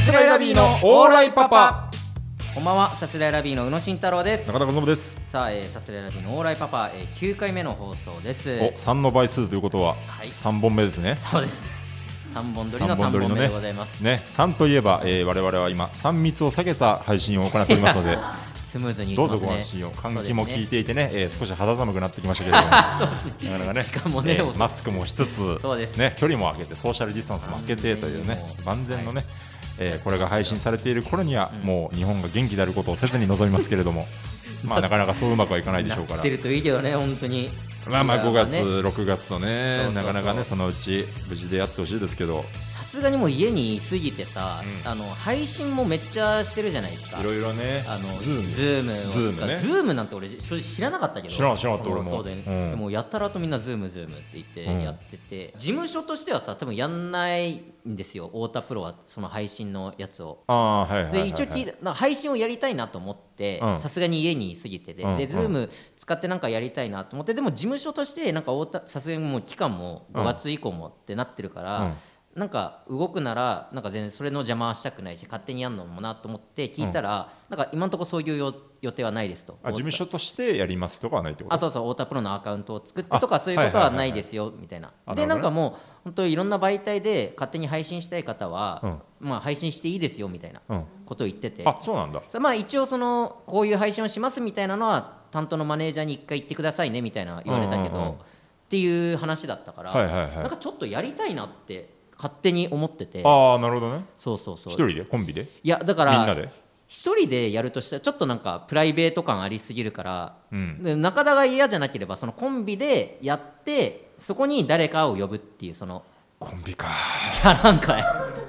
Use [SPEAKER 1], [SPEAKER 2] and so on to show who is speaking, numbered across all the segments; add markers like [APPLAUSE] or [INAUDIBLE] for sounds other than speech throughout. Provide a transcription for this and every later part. [SPEAKER 1] すらいラビーのオーライパパ
[SPEAKER 2] こんばんは、さすらいラビーの宇野慎太郎です。
[SPEAKER 1] 中田信です
[SPEAKER 2] さあ、えー、さすらいラビーのオーライパパ、えー、9回目の放送です。
[SPEAKER 1] お3の倍数ということは
[SPEAKER 2] はい
[SPEAKER 1] 3本目ですね
[SPEAKER 2] そうです。3本撮りの
[SPEAKER 1] 三
[SPEAKER 2] 3
[SPEAKER 1] 本撮り
[SPEAKER 2] 本
[SPEAKER 1] のね
[SPEAKER 2] 目でございます。
[SPEAKER 1] ね3といえば、えー、我々は今3密を避けた配信を行っております
[SPEAKER 2] [LAUGHS]
[SPEAKER 1] ので
[SPEAKER 2] スムーズにいき
[SPEAKER 1] どう
[SPEAKER 2] ま
[SPEAKER 1] ぞ
[SPEAKER 2] すね。
[SPEAKER 1] ご安心を換気
[SPEAKER 2] そ
[SPEAKER 1] も
[SPEAKER 2] うです
[SPEAKER 1] 効
[SPEAKER 2] ね
[SPEAKER 1] いていてねえー少し肌寒くなってきましたけれ
[SPEAKER 2] [LAUGHS]
[SPEAKER 1] どもなかなかね
[SPEAKER 2] しかもね
[SPEAKER 1] えー
[SPEAKER 2] お
[SPEAKER 1] マスクもしつつ
[SPEAKER 2] そうです
[SPEAKER 1] ね、距離も空けてソーシャルディスタンスも空けてというね万
[SPEAKER 2] 万全
[SPEAKER 1] 全
[SPEAKER 2] にも
[SPEAKER 1] の
[SPEAKER 2] う
[SPEAKER 1] ね、えーこれが配信されている頃には、もう日本が元気であることを切に望みますけれど
[SPEAKER 2] [LAUGHS]
[SPEAKER 1] もまあなかなかそううまくはいかないでしょうか
[SPEAKER 2] な
[SPEAKER 1] ら
[SPEAKER 2] ってるといいけどね、本当に。
[SPEAKER 1] まあまあ5月、
[SPEAKER 2] ね
[SPEAKER 1] 6月とね
[SPEAKER 2] そうそうそう
[SPEAKER 1] なかなかねそのうち無事でやってほしいですけど
[SPEAKER 2] さすがにもう家にいすぎてさ、
[SPEAKER 1] うん
[SPEAKER 2] あの配信もめっちゃしてるじゃないですか。
[SPEAKER 1] いろいろね
[SPEAKER 2] あの
[SPEAKER 1] ズーム
[SPEAKER 2] ズームを使う
[SPEAKER 1] ズームね
[SPEAKER 2] ズームなんて俺正直知らなかったけど
[SPEAKER 1] 知らな知らなかった
[SPEAKER 2] うん
[SPEAKER 1] 俺も
[SPEAKER 2] そうだよね
[SPEAKER 1] うん
[SPEAKER 2] でもやたらとみんなズームズームって言って
[SPEAKER 1] うん
[SPEAKER 2] やってて、事務所としてはさ多分やんないんですよ太田プロはその配信のやつを。
[SPEAKER 1] ああーはいはいはい、は
[SPEAKER 2] で
[SPEAKER 1] い、
[SPEAKER 2] 一応聞いたな配信をやりたいなと思って
[SPEAKER 1] うん
[SPEAKER 2] さすがに家にいすぎてて、
[SPEAKER 1] うんう
[SPEAKER 2] で
[SPEAKER 1] ん
[SPEAKER 2] Zoom 使ってなんかやりたいなと思ってでも事務所としてなんか太田さすがにもう期間も
[SPEAKER 1] うん
[SPEAKER 2] 5月以降もってなってるから、なんか動くならなんか全然それの邪魔はしたくないし勝手にやるのもなと思って聞いたら、なんか今のところそういうよ予定はないですと。
[SPEAKER 1] あ事務所としてやりますとかはないってこと
[SPEAKER 2] あそうそう太田プロのアカウントを作ってと
[SPEAKER 1] あ
[SPEAKER 2] かそういうこと
[SPEAKER 1] は
[SPEAKER 2] は
[SPEAKER 1] いはいは
[SPEAKER 2] ない
[SPEAKER 1] はい
[SPEAKER 2] いですよみたいな。
[SPEAKER 1] あ
[SPEAKER 2] でな
[SPEAKER 1] なる
[SPEAKER 2] ん
[SPEAKER 1] ほど
[SPEAKER 2] かもう本当いろんな媒体で勝手に配信したい方は、まあ配信していいですよみたいな
[SPEAKER 1] うん、
[SPEAKER 2] ことを言ってて。
[SPEAKER 1] あそうなんだ
[SPEAKER 2] さまあ一応そのこういう配信をしますみたいなのは担当のマネージャーに一回言ってくださいねみたいな言われたけど、
[SPEAKER 1] うんうんうん
[SPEAKER 2] っていう話だったから、
[SPEAKER 1] はいはいはい
[SPEAKER 2] なんかちょっとやりたいなって勝手に思ってて
[SPEAKER 1] ああなるほどね
[SPEAKER 2] そうそうそ
[SPEAKER 1] 一
[SPEAKER 2] う
[SPEAKER 1] 人でコンビで
[SPEAKER 2] いやだか
[SPEAKER 1] みんな
[SPEAKER 2] ら
[SPEAKER 1] で
[SPEAKER 2] 一人でやるとしたらちょっとなんかプライベート感ありすぎるから、
[SPEAKER 1] うん
[SPEAKER 2] で中田が嫌じゃなければそのコンビでやってそこに誰かを呼ぶっていうその
[SPEAKER 1] コンビか
[SPEAKER 2] いやなんか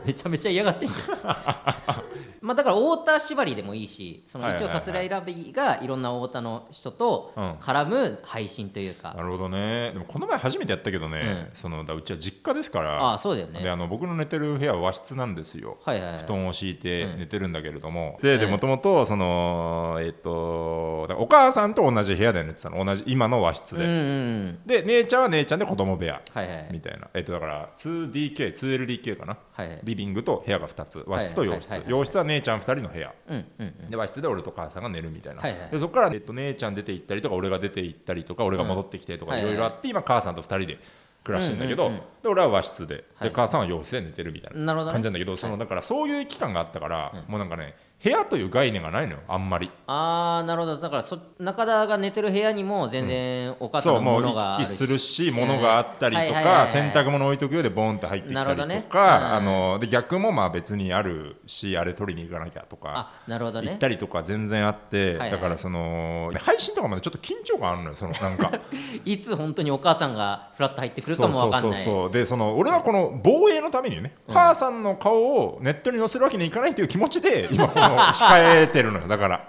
[SPEAKER 2] めちゃめちゃ嫌がってんじ
[SPEAKER 1] [LAUGHS]
[SPEAKER 2] ゃんまあだから太田縛りでもいいしその
[SPEAKER 1] はいはい
[SPEAKER 2] 一
[SPEAKER 1] は
[SPEAKER 2] 応
[SPEAKER 1] い
[SPEAKER 2] さすらいラビーがいろんな太田の人と
[SPEAKER 1] うん
[SPEAKER 2] 絡む配信というか、
[SPEAKER 1] なるほどねでもこの前初めてやったけどね、
[SPEAKER 2] う
[SPEAKER 1] そのだうちは実家ですから
[SPEAKER 2] ああそうだよね
[SPEAKER 1] であの僕の寝てる部屋は和室なんですよ
[SPEAKER 2] はいはいはい
[SPEAKER 1] 布団を敷いて
[SPEAKER 2] うん
[SPEAKER 1] 寝てるんだけれども、でで
[SPEAKER 2] うん
[SPEAKER 1] もともとそのえっとだからお母さんと同じ部屋で寝てたの同じ今の和室
[SPEAKER 2] うん
[SPEAKER 1] で、
[SPEAKER 2] うんうん
[SPEAKER 1] で姉ちゃんは姉ちゃんで子供部屋
[SPEAKER 2] はいはいはい
[SPEAKER 1] みたいなえっとだから 2DK2LDK かな
[SPEAKER 2] はいはい
[SPEAKER 1] リビングと部屋が2つ和室と洋室
[SPEAKER 2] はいはいはいはい
[SPEAKER 1] 洋室は姉ちゃん2人の部屋
[SPEAKER 2] うんうんうん
[SPEAKER 1] で和室で俺と母さんが寝るみたいな、
[SPEAKER 2] はいはい
[SPEAKER 1] でそこから、えっと、姉ちゃん出て行ったりとか俺が出て行ったりとか俺が戻ってきてとか
[SPEAKER 2] うん
[SPEAKER 1] いろいろあって、今母さんと2人で暮らしてんだけど、
[SPEAKER 2] うんうんうん
[SPEAKER 1] で俺は和室で
[SPEAKER 2] は
[SPEAKER 1] で
[SPEAKER 2] い
[SPEAKER 1] 母さんは洋室で寝てるみたいな
[SPEAKER 2] なるほどね
[SPEAKER 1] 感じなんだけど,、そのだからそういう期間があったから、もうなんかね部屋という概念がないのよあんまり。
[SPEAKER 2] ああなるほどだからそ中田が寝てる部屋にも全然お母さん
[SPEAKER 1] そ
[SPEAKER 2] の
[SPEAKER 1] うも
[SPEAKER 2] も
[SPEAKER 1] う
[SPEAKER 2] の
[SPEAKER 1] 行
[SPEAKER 2] があ
[SPEAKER 1] き
[SPEAKER 2] る
[SPEAKER 1] 来するし
[SPEAKER 2] ん
[SPEAKER 1] 物があったりと
[SPEAKER 2] はいはいはいは
[SPEAKER 1] か
[SPEAKER 2] い
[SPEAKER 1] 洗濯物置いとくようでボーンって入ってきた
[SPEAKER 2] なる
[SPEAKER 1] り
[SPEAKER 2] ほどね
[SPEAKER 1] とかあ
[SPEAKER 2] うん
[SPEAKER 1] ので逆もまあ別にあるしあれ取りに行かなきゃとか
[SPEAKER 2] あなるほど
[SPEAKER 1] 行っ
[SPEAKER 2] ね
[SPEAKER 1] たりとか全然あって、
[SPEAKER 2] はいはい
[SPEAKER 1] だからその配信とかまでちょっと緊張感あるのよそのなんか
[SPEAKER 2] いつ本当にお母さんがフラッと入ってくるかもわかん
[SPEAKER 1] そう
[SPEAKER 2] な
[SPEAKER 1] そうそう
[SPEAKER 2] い
[SPEAKER 1] そうでその俺はこの防衛のためにね、母さんの顔をネットに載せるわけにいかないという気持
[SPEAKER 2] [LAUGHS]
[SPEAKER 1] ちで今この控えてるのよだから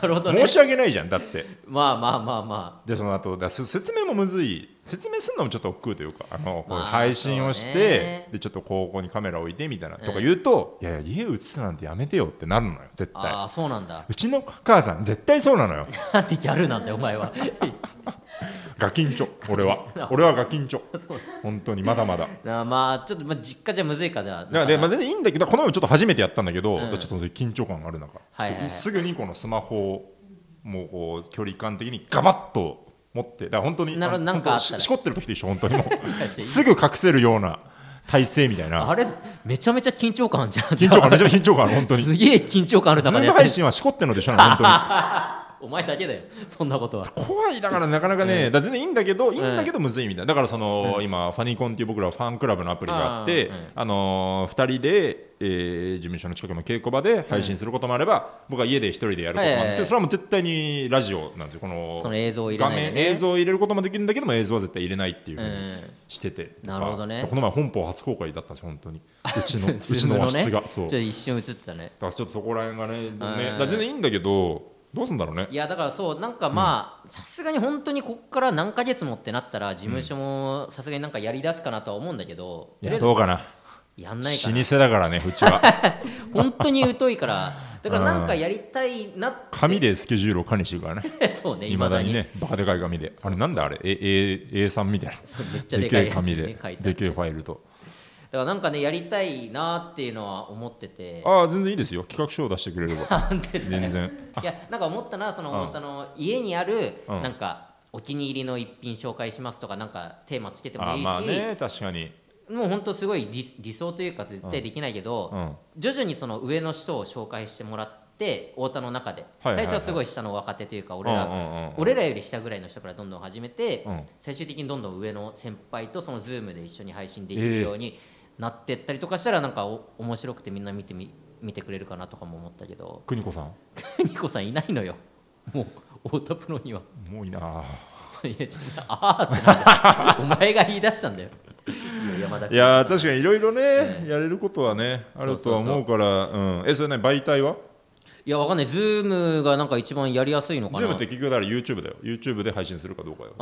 [SPEAKER 2] なるほどね
[SPEAKER 1] 申し訳ないじゃんだって
[SPEAKER 2] まあまあまあま
[SPEAKER 1] でその後だす説明もむずい説明するのもちょっと億劫というかあのこう
[SPEAKER 2] まあ
[SPEAKER 1] 配信をして、
[SPEAKER 2] そうね
[SPEAKER 1] でちょっとここにカメラ置いてみたいな、とか言うといやいや家映すなんてやめてよってなるのよ絶
[SPEAKER 2] ああ
[SPEAKER 1] 対
[SPEAKER 2] あそうなんだ
[SPEAKER 1] うちの母さん絶対そうなのよ
[SPEAKER 2] なんてギャルなんだよお前は
[SPEAKER 1] ガキンチョ
[SPEAKER 2] [LAUGHS]
[SPEAKER 1] 俺は俺はガキンチョ本当にまだまだ
[SPEAKER 2] なまあちょっと、まあ、実家じゃむずいかでは
[SPEAKER 1] だからで、まあ、全然いいんだけどこの前ちょっと初めてやったんだけど、
[SPEAKER 2] うん
[SPEAKER 1] ちょっとそういう緊張感がある中、
[SPEAKER 2] はいはいはい
[SPEAKER 1] すぐにこのスマホをもうこう距離感的にガバッと持ってだから本当に
[SPEAKER 2] なるほど
[SPEAKER 1] あの
[SPEAKER 2] なんかあったら
[SPEAKER 1] 本当ししこってる時と一緒本当にも
[SPEAKER 2] [LAUGHS]
[SPEAKER 1] うすぐ隠せるような体勢みたいな
[SPEAKER 2] あれめちゃめちゃ緊張感あるじゃん
[SPEAKER 1] 緊張感めちゃめちゃ緊張感ある本
[SPEAKER 2] [LAUGHS]
[SPEAKER 1] 当に。ズ
[SPEAKER 2] すげえ緊張感ある中
[SPEAKER 1] ー
[SPEAKER 2] で
[SPEAKER 1] ム
[SPEAKER 2] やって
[SPEAKER 1] 配
[SPEAKER 2] る
[SPEAKER 1] 信はしこってんのでしょなの本
[SPEAKER 2] お前だけだよそんなことは
[SPEAKER 1] 当に怖いだからなかなかね、だから全然いいんだけどいいんだけどむずいみたいなだからその、今ファニコンっていう僕らファンクラブのアプリがあって
[SPEAKER 2] うんうんうん
[SPEAKER 1] あのー、2人で、えー事務所の近くの稽古場で配信することもあれば、僕は家で一人でやることもあるんですけ
[SPEAKER 2] はい
[SPEAKER 1] ど、
[SPEAKER 2] はいはい
[SPEAKER 1] それはもう絶対にラジオなんですよこの
[SPEAKER 2] その映像を入れ
[SPEAKER 1] 画
[SPEAKER 2] ないで、
[SPEAKER 1] 面
[SPEAKER 2] ね、
[SPEAKER 1] 映像を入れることもできるんだけども映像は絶対入れないっていうふう
[SPEAKER 2] う
[SPEAKER 1] に
[SPEAKER 2] ん
[SPEAKER 1] してて、
[SPEAKER 2] なるほどね
[SPEAKER 1] この前本邦初公開だったんです
[SPEAKER 2] [LAUGHS]
[SPEAKER 1] 本当にうちのう
[SPEAKER 2] ズ
[SPEAKER 1] ち
[SPEAKER 2] ーム
[SPEAKER 1] の和
[SPEAKER 2] ね
[SPEAKER 1] 室が、
[SPEAKER 2] ち
[SPEAKER 1] そ
[SPEAKER 2] ょ
[SPEAKER 1] う
[SPEAKER 2] っと一瞬映ってたね
[SPEAKER 1] だからちょっとそこら辺がねねだから全然いいんだけどどうすんだろうね
[SPEAKER 2] いやだからそうなんかまあさすがに本当にこっから何ヶ月もってなったら事務所もさすがになんかやりだすかなとは思うんだけど、
[SPEAKER 1] い
[SPEAKER 2] とりあ
[SPEAKER 1] や
[SPEAKER 2] えず
[SPEAKER 1] どうかな
[SPEAKER 2] やんないか
[SPEAKER 1] 老
[SPEAKER 2] な
[SPEAKER 1] 舗だからねう
[SPEAKER 2] [LAUGHS]
[SPEAKER 1] ちは
[SPEAKER 2] 本当に疎い
[SPEAKER 1] [LAUGHS]
[SPEAKER 2] からだからなんかやりたいなって
[SPEAKER 1] 紙でスケジュールを管理してるからね
[SPEAKER 2] [LAUGHS] そうね
[SPEAKER 1] い
[SPEAKER 2] いま
[SPEAKER 1] まだ
[SPEAKER 2] だ
[SPEAKER 1] に
[SPEAKER 2] に
[SPEAKER 1] ねバカでかい紙であれなんだあれ A- A- A3 みたいな
[SPEAKER 2] そうめっちゃ
[SPEAKER 1] で
[SPEAKER 2] で
[SPEAKER 1] け
[SPEAKER 2] かい
[SPEAKER 1] え
[SPEAKER 2] やつ、
[SPEAKER 1] 紙
[SPEAKER 2] ね、
[SPEAKER 1] で
[SPEAKER 2] 書いてあ
[SPEAKER 1] で
[SPEAKER 2] る
[SPEAKER 1] けえファイルと
[SPEAKER 2] からなんかねやりたいなっていうのは思ってて
[SPEAKER 1] ああ全然いいですよ企画書を出してく
[SPEAKER 2] [LAUGHS]
[SPEAKER 1] れれば全然
[SPEAKER 2] いやなんか思ったなその
[SPEAKER 1] うん
[SPEAKER 2] 思ったの家にある
[SPEAKER 1] うん
[SPEAKER 2] なんかお気に入りの一品紹介しますとかなんかテーマつけても
[SPEAKER 1] あ
[SPEAKER 2] いいし、
[SPEAKER 1] まあね確かに
[SPEAKER 2] もうほんとすごい理理想というか絶対できないけど、
[SPEAKER 1] うん
[SPEAKER 2] 徐々にその上の人を紹介してもらって太田の中で、
[SPEAKER 1] はいはい
[SPEAKER 2] 最初はすごい下の若手というか俺ら、
[SPEAKER 1] うんうんうん
[SPEAKER 2] 俺らより下ぐらいの人からどんどん始めて、
[SPEAKER 1] うん
[SPEAKER 2] 最終的にどんどん上の先輩とその Zoom で一緒に配信できるようになってったりとかしたらなんかお面白くてみんな見てみ見てくれるかなとかも思ったけ
[SPEAKER 1] [LAUGHS]
[SPEAKER 2] ど
[SPEAKER 1] 邦子さん
[SPEAKER 2] ニコさんいないのよ [LAUGHS] もう太田プロには
[SPEAKER 1] もういいない
[SPEAKER 2] やちょっとああ
[SPEAKER 1] [LAUGHS]
[SPEAKER 2] ってなんだお前が言い出したんだよいや山田
[SPEAKER 1] い
[SPEAKER 2] 君
[SPEAKER 1] やー確かにいろいろね、やれることはねあるとは思うからうんえそれね媒体はい
[SPEAKER 2] やわかんない Zoom がなんか一番やりやすいのかな
[SPEAKER 1] Zoom って結局だから YouTube だよ YouTube で配信するかどうかよ
[SPEAKER 2] うん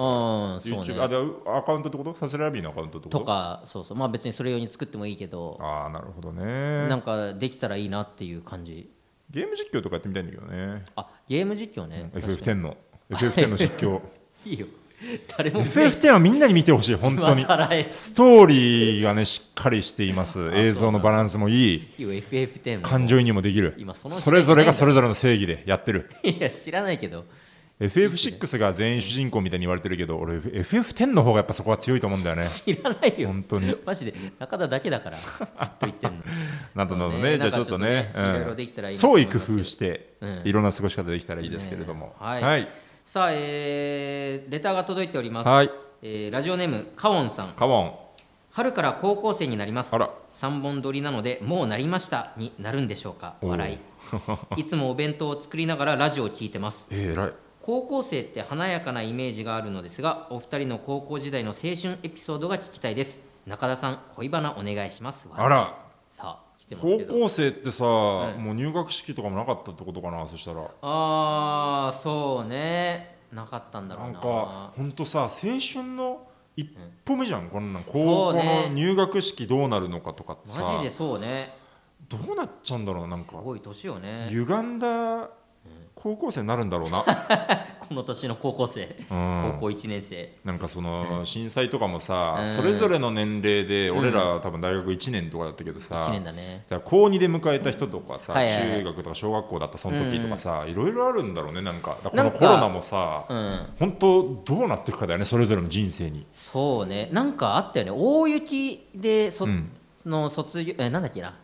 [SPEAKER 2] そう
[SPEAKER 1] YouTube あ
[SPEAKER 2] ね
[SPEAKER 1] でアカウントってことサスラビーのアカウントってこと
[SPEAKER 2] とかそうそうまあ別にそれ用に作ってもいいけど
[SPEAKER 1] ああなるほど
[SPEAKER 2] な
[SPEAKER 1] ね
[SPEAKER 2] んかできたらいいなっていう感じ
[SPEAKER 1] ゲーム実況とかやってみたいんだけどね
[SPEAKER 2] あゲーム実況ね、確か
[SPEAKER 1] FF10 の FF10 の実況
[SPEAKER 2] にいいよ誰も
[SPEAKER 1] FF10 はみんなに見てほしい本当
[SPEAKER 2] 今 [LAUGHS]
[SPEAKER 1] に
[SPEAKER 2] 更え
[SPEAKER 1] ストーリーがねしっかりしています映像のバランスもいい
[SPEAKER 2] いいよ FF10
[SPEAKER 1] 感情移入もできる
[SPEAKER 2] 今その時代
[SPEAKER 1] それぞれがそれぞれの正義でやってる
[SPEAKER 2] いや知らないけど
[SPEAKER 1] FF6 が全員主人公みたいに言われてるけど俺 FF10 の方がやっぱそこは強いと思うんだよね
[SPEAKER 2] 知らないよ
[SPEAKER 1] 本当に
[SPEAKER 2] マジで中田だけだからずっと言って
[SPEAKER 1] [LAUGHS]
[SPEAKER 2] んの
[SPEAKER 1] などなど
[SPEAKER 2] そうね
[SPEAKER 1] ねじゃあちょっとね
[SPEAKER 2] なんかちょっとねいろいろ
[SPEAKER 1] うん
[SPEAKER 2] できたらいいなと思
[SPEAKER 1] 創
[SPEAKER 2] い
[SPEAKER 1] 意
[SPEAKER 2] ます
[SPEAKER 1] 工
[SPEAKER 2] けど
[SPEAKER 1] 夫して
[SPEAKER 2] うん
[SPEAKER 1] いろんな過ごし方できたらいいですけれども
[SPEAKER 2] ねはい
[SPEAKER 1] はい
[SPEAKER 2] さあえーレターが届いております、
[SPEAKER 1] はい
[SPEAKER 2] えーラジオネームカオンさん
[SPEAKER 1] カモン
[SPEAKER 2] 春から高校生になります
[SPEAKER 1] あら
[SPEAKER 2] 3本撮りなのでもうなりましたになるんでしょうか
[SPEAKER 1] おう
[SPEAKER 2] 笑
[SPEAKER 1] [LAUGHS]
[SPEAKER 2] いいつもお弁当を作りながらラジオを聞いてます
[SPEAKER 1] えー偉い
[SPEAKER 2] 高校生って華やかなイメージがあるのですがお二人の高校時代の青春エピソードが聞きたいです中田さん恋バナお願いします
[SPEAKER 1] あら
[SPEAKER 2] さあ来てます
[SPEAKER 1] 高
[SPEAKER 2] けど
[SPEAKER 1] 校生ってさ
[SPEAKER 2] い
[SPEAKER 1] もう入学式とかもなかったってことかなそしたら
[SPEAKER 2] ああそうねなかったんだろ
[SPEAKER 1] な
[SPEAKER 2] うんな
[SPEAKER 1] かほんとさ青春の一歩目じゃんこんなん
[SPEAKER 2] そ
[SPEAKER 1] 高
[SPEAKER 2] う
[SPEAKER 1] 校
[SPEAKER 2] ね
[SPEAKER 1] の入学式どうなるのかとかってさ
[SPEAKER 2] マジでそうね
[SPEAKER 1] どうなっちゃうんだろうななん
[SPEAKER 2] す
[SPEAKER 1] か
[SPEAKER 2] ごい年よね
[SPEAKER 1] 歪んだ高校生になるんだ
[SPEAKER 2] [LAUGHS]
[SPEAKER 1] ろうな、
[SPEAKER 2] この年の高校生
[SPEAKER 1] う
[SPEAKER 2] 高
[SPEAKER 1] ん
[SPEAKER 2] 校1年生
[SPEAKER 1] なんかその震災とかもさ、
[SPEAKER 2] うん
[SPEAKER 1] それぞれの年齢で
[SPEAKER 2] うん
[SPEAKER 1] 俺らは多分大学1年とかだったけどさ、
[SPEAKER 2] 1年だね
[SPEAKER 1] だから高2で迎えた人とかさ、
[SPEAKER 2] はいはいはい
[SPEAKER 1] 中学とか小学校だったその時とかさ、いろいろあるんだろうねなんかだから
[SPEAKER 2] なん
[SPEAKER 1] こ
[SPEAKER 2] か
[SPEAKER 1] のコロナもさ
[SPEAKER 2] うん
[SPEAKER 1] 本当どうなっていくかだよねそれぞれの人生に。
[SPEAKER 2] そうねなんかあったよね大雪でそ、
[SPEAKER 1] うん
[SPEAKER 2] の卒業えなんだっけな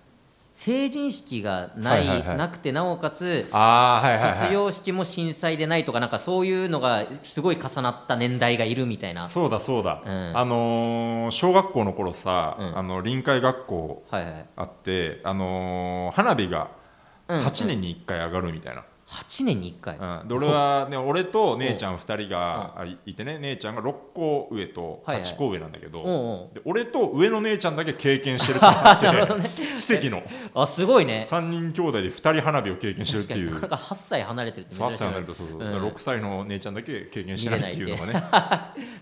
[SPEAKER 2] 成人式がない、
[SPEAKER 1] はいはいはい
[SPEAKER 2] なくてなおかつ
[SPEAKER 1] あーはいはいはい
[SPEAKER 2] 卒業式も震災でないとかなんかそういうのがすごい重なった年代がいるみたいな
[SPEAKER 1] そうだそうだ、
[SPEAKER 2] うん
[SPEAKER 1] あのー小学校の頃さ、
[SPEAKER 2] うん
[SPEAKER 1] あの臨海学校
[SPEAKER 2] はいはい
[SPEAKER 1] あって、あのー花火が
[SPEAKER 2] うんうん
[SPEAKER 1] 8年に1回上がるみたいな、
[SPEAKER 2] 8年に1回、
[SPEAKER 1] うんで俺は、ね、俺と姉ちゃん2人があいいてね姉ちゃんが6個上と
[SPEAKER 2] はいはい
[SPEAKER 1] 8個上なんだけど、
[SPEAKER 2] おうお
[SPEAKER 1] で俺と上の姉ちゃんだけ経験してるってな
[SPEAKER 2] [LAUGHS]
[SPEAKER 1] って、奇跡の
[SPEAKER 2] あすごいね
[SPEAKER 1] 3人兄弟で2人花火を経験してるっ
[SPEAKER 2] 確
[SPEAKER 1] て
[SPEAKER 2] かに
[SPEAKER 1] い
[SPEAKER 2] なか
[SPEAKER 1] う
[SPEAKER 2] なか8歳離れてるって珍
[SPEAKER 1] 8
[SPEAKER 2] しい
[SPEAKER 1] 歳にな
[SPEAKER 2] な
[SPEAKER 1] るとそうそう、
[SPEAKER 2] うん
[SPEAKER 1] 6歳の姉ちゃんだけ経験してないっていうのがね [LAUGHS]
[SPEAKER 2] なる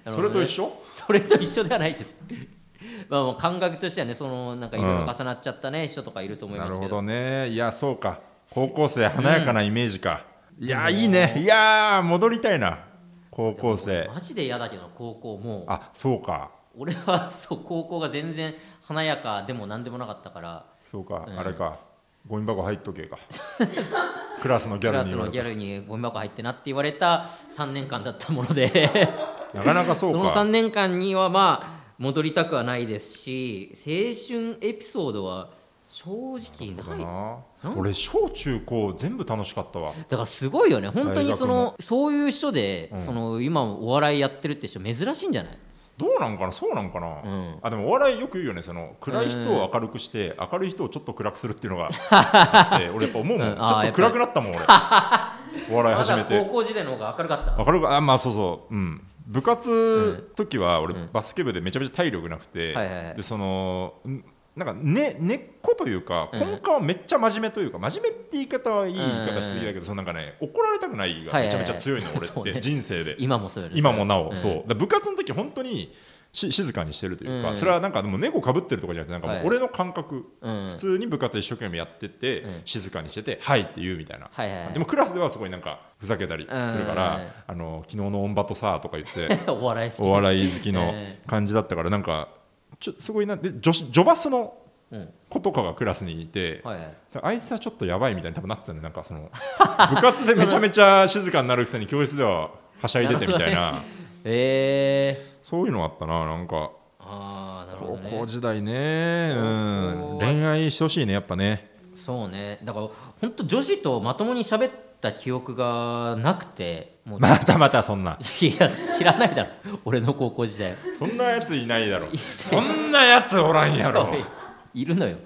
[SPEAKER 1] そ
[SPEAKER 2] ほどね
[SPEAKER 1] れと一緒
[SPEAKER 2] それと一緒ではないけど [LAUGHS] まあもう感覚としてはねそのなんかいろいろ重なっちゃったね、人とかいると思いま
[SPEAKER 1] な
[SPEAKER 2] す
[SPEAKER 1] る
[SPEAKER 2] けど
[SPEAKER 1] ほどねいやそうか高校生華やかなイメージか、いやいいねいやー戻りたいな高校生
[SPEAKER 2] マジで嫌だけど高校もう
[SPEAKER 1] あそうか
[SPEAKER 2] 俺はそう高校が全然華やかでも何でもなかったから
[SPEAKER 1] そうか、
[SPEAKER 2] うん
[SPEAKER 1] あれかゴミ箱入っと [LAUGHS] けかクラスのギ
[SPEAKER 2] ク
[SPEAKER 1] ャル
[SPEAKER 2] ラス
[SPEAKER 1] に言
[SPEAKER 2] の
[SPEAKER 1] われ
[SPEAKER 2] ギャ
[SPEAKER 1] て
[SPEAKER 2] ルにゴミ箱入ってなって言われた3年間だったもので
[SPEAKER 1] なかなかそ
[SPEAKER 2] そうの3
[SPEAKER 1] か
[SPEAKER 2] 年間にはまあ戻りたくはないですし青春エピソードは正直
[SPEAKER 1] だ
[SPEAKER 2] ない
[SPEAKER 1] な
[SPEAKER 2] なん
[SPEAKER 1] 俺小中高全部楽しかったわ
[SPEAKER 2] だからすごいよね本当にそ
[SPEAKER 1] 大
[SPEAKER 2] のそういう人で、その今お笑いやってるって人珍しいんじゃない
[SPEAKER 1] どうなんかなそうなんかな、
[SPEAKER 2] ん
[SPEAKER 1] あでもお笑いよく言うよねその暗い人を明るくして、明るい人をちょっと暗くするっていうの
[SPEAKER 2] [LAUGHS]
[SPEAKER 1] があって俺やっぱ思うもん、
[SPEAKER 2] うん
[SPEAKER 1] ちょ
[SPEAKER 2] あー
[SPEAKER 1] っと暗くなったもん
[SPEAKER 2] [LAUGHS]
[SPEAKER 1] 俺お笑い
[SPEAKER 2] ま
[SPEAKER 1] 始め
[SPEAKER 2] だ
[SPEAKER 1] て
[SPEAKER 2] 高校時代の方が明るかった
[SPEAKER 1] わかるかあまあそうそううん部活時は俺バスケ部でめちゃめちゃ体力なくて、
[SPEAKER 2] はいはいはい
[SPEAKER 1] でそのんなんか、ね、根っこというか
[SPEAKER 2] うん
[SPEAKER 1] 根幹はめっちゃ真面目というか真面目って言い方はいい言い方しすぎだけど、
[SPEAKER 2] う
[SPEAKER 1] そのなんかね怒られたくないが
[SPEAKER 2] はいはいはい
[SPEAKER 1] めちゃめちゃ強いの、
[SPEAKER 2] そう
[SPEAKER 1] 俺っ
[SPEAKER 2] ね
[SPEAKER 1] て人生で
[SPEAKER 2] 今もそうよね
[SPEAKER 1] 今もなお、
[SPEAKER 2] ん
[SPEAKER 1] そうだから部活の時本当にし静かにしてるというか、
[SPEAKER 2] うん
[SPEAKER 1] それはなんかでも猫かぶってるとかじゃなくてなんかもう
[SPEAKER 2] はい
[SPEAKER 1] 俺の感覚、
[SPEAKER 2] うん
[SPEAKER 1] 普通に部活一生懸命やってて、
[SPEAKER 2] うん
[SPEAKER 1] 静かにしてて「はい」って言うみたいな、
[SPEAKER 2] はいはいはい
[SPEAKER 1] でもクラスではすごいなんかふざけたりするから
[SPEAKER 2] うん
[SPEAKER 1] 「
[SPEAKER 2] [LAUGHS]
[SPEAKER 1] あの昨日のオンバトさ」とか言って
[SPEAKER 2] お笑い好き
[SPEAKER 1] お笑い好きの
[SPEAKER 2] え
[SPEAKER 1] 感じだったからなんかちょすごいなで女子女バスの
[SPEAKER 2] うん
[SPEAKER 1] 子とかがクラスにいて、
[SPEAKER 2] はいはい
[SPEAKER 1] あいつはちょっとやばいみたいに多分なってたんでなんかその部活でめちゃめちゃ静かになるくせに教室でははしゃいでてみたいな
[SPEAKER 2] えー、
[SPEAKER 1] そういうのあったななんか
[SPEAKER 2] ああなるほ
[SPEAKER 1] 高
[SPEAKER 2] ど
[SPEAKER 1] 校
[SPEAKER 2] ね
[SPEAKER 1] 時代ね、うん、
[SPEAKER 2] 高校は
[SPEAKER 1] 恋愛してほしいねやっ
[SPEAKER 2] [LAUGHS]
[SPEAKER 1] ぱね
[SPEAKER 2] そうねだから本当女子とまともに喋った記憶がなくてもう
[SPEAKER 1] またまたそんない
[SPEAKER 2] や知ら [LAUGHS] ないだろ俺の高校時代
[SPEAKER 1] そんなやついないだろ
[SPEAKER 2] いや
[SPEAKER 1] そんなやつおらんやろ
[SPEAKER 2] [LAUGHS] いるのよ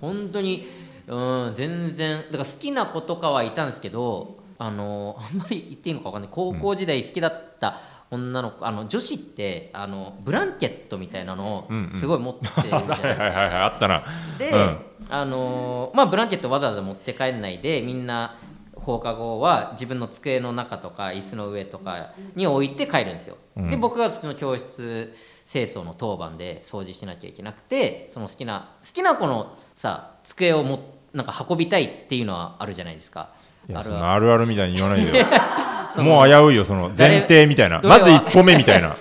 [SPEAKER 2] 本当にうん全然だから好きな子とかはいたんですけどあのあんまり言っていいのかわかんない高校時代好きだった女の子、あの女子ってあのブランケットみたいなの
[SPEAKER 1] うんうん
[SPEAKER 2] をすごい持ってるじゃないです
[SPEAKER 1] はい
[SPEAKER 2] か
[SPEAKER 1] はいはいはいあったな
[SPEAKER 2] で、
[SPEAKER 1] うん
[SPEAKER 2] あのーまあ、ブランケットわざわざ持って帰んないでみんな放課後は自分の机の中とか椅子の上とかに置いて帰るんですよ、
[SPEAKER 1] うん
[SPEAKER 2] で僕がその教室清掃の当番で掃除しなきゃいけなくてその好きな好きな子のさ机をもなんか運びたいっていうのはあるじゃないですか
[SPEAKER 1] いや
[SPEAKER 2] あ
[SPEAKER 1] そ
[SPEAKER 2] る
[SPEAKER 1] のあるあるみたいに言わないでよ
[SPEAKER 2] [LAUGHS] その
[SPEAKER 1] もう危ういよその前提みたいな
[SPEAKER 2] 誰
[SPEAKER 1] ま
[SPEAKER 2] ど
[SPEAKER 1] ず
[SPEAKER 2] れは
[SPEAKER 1] 一歩目みたいな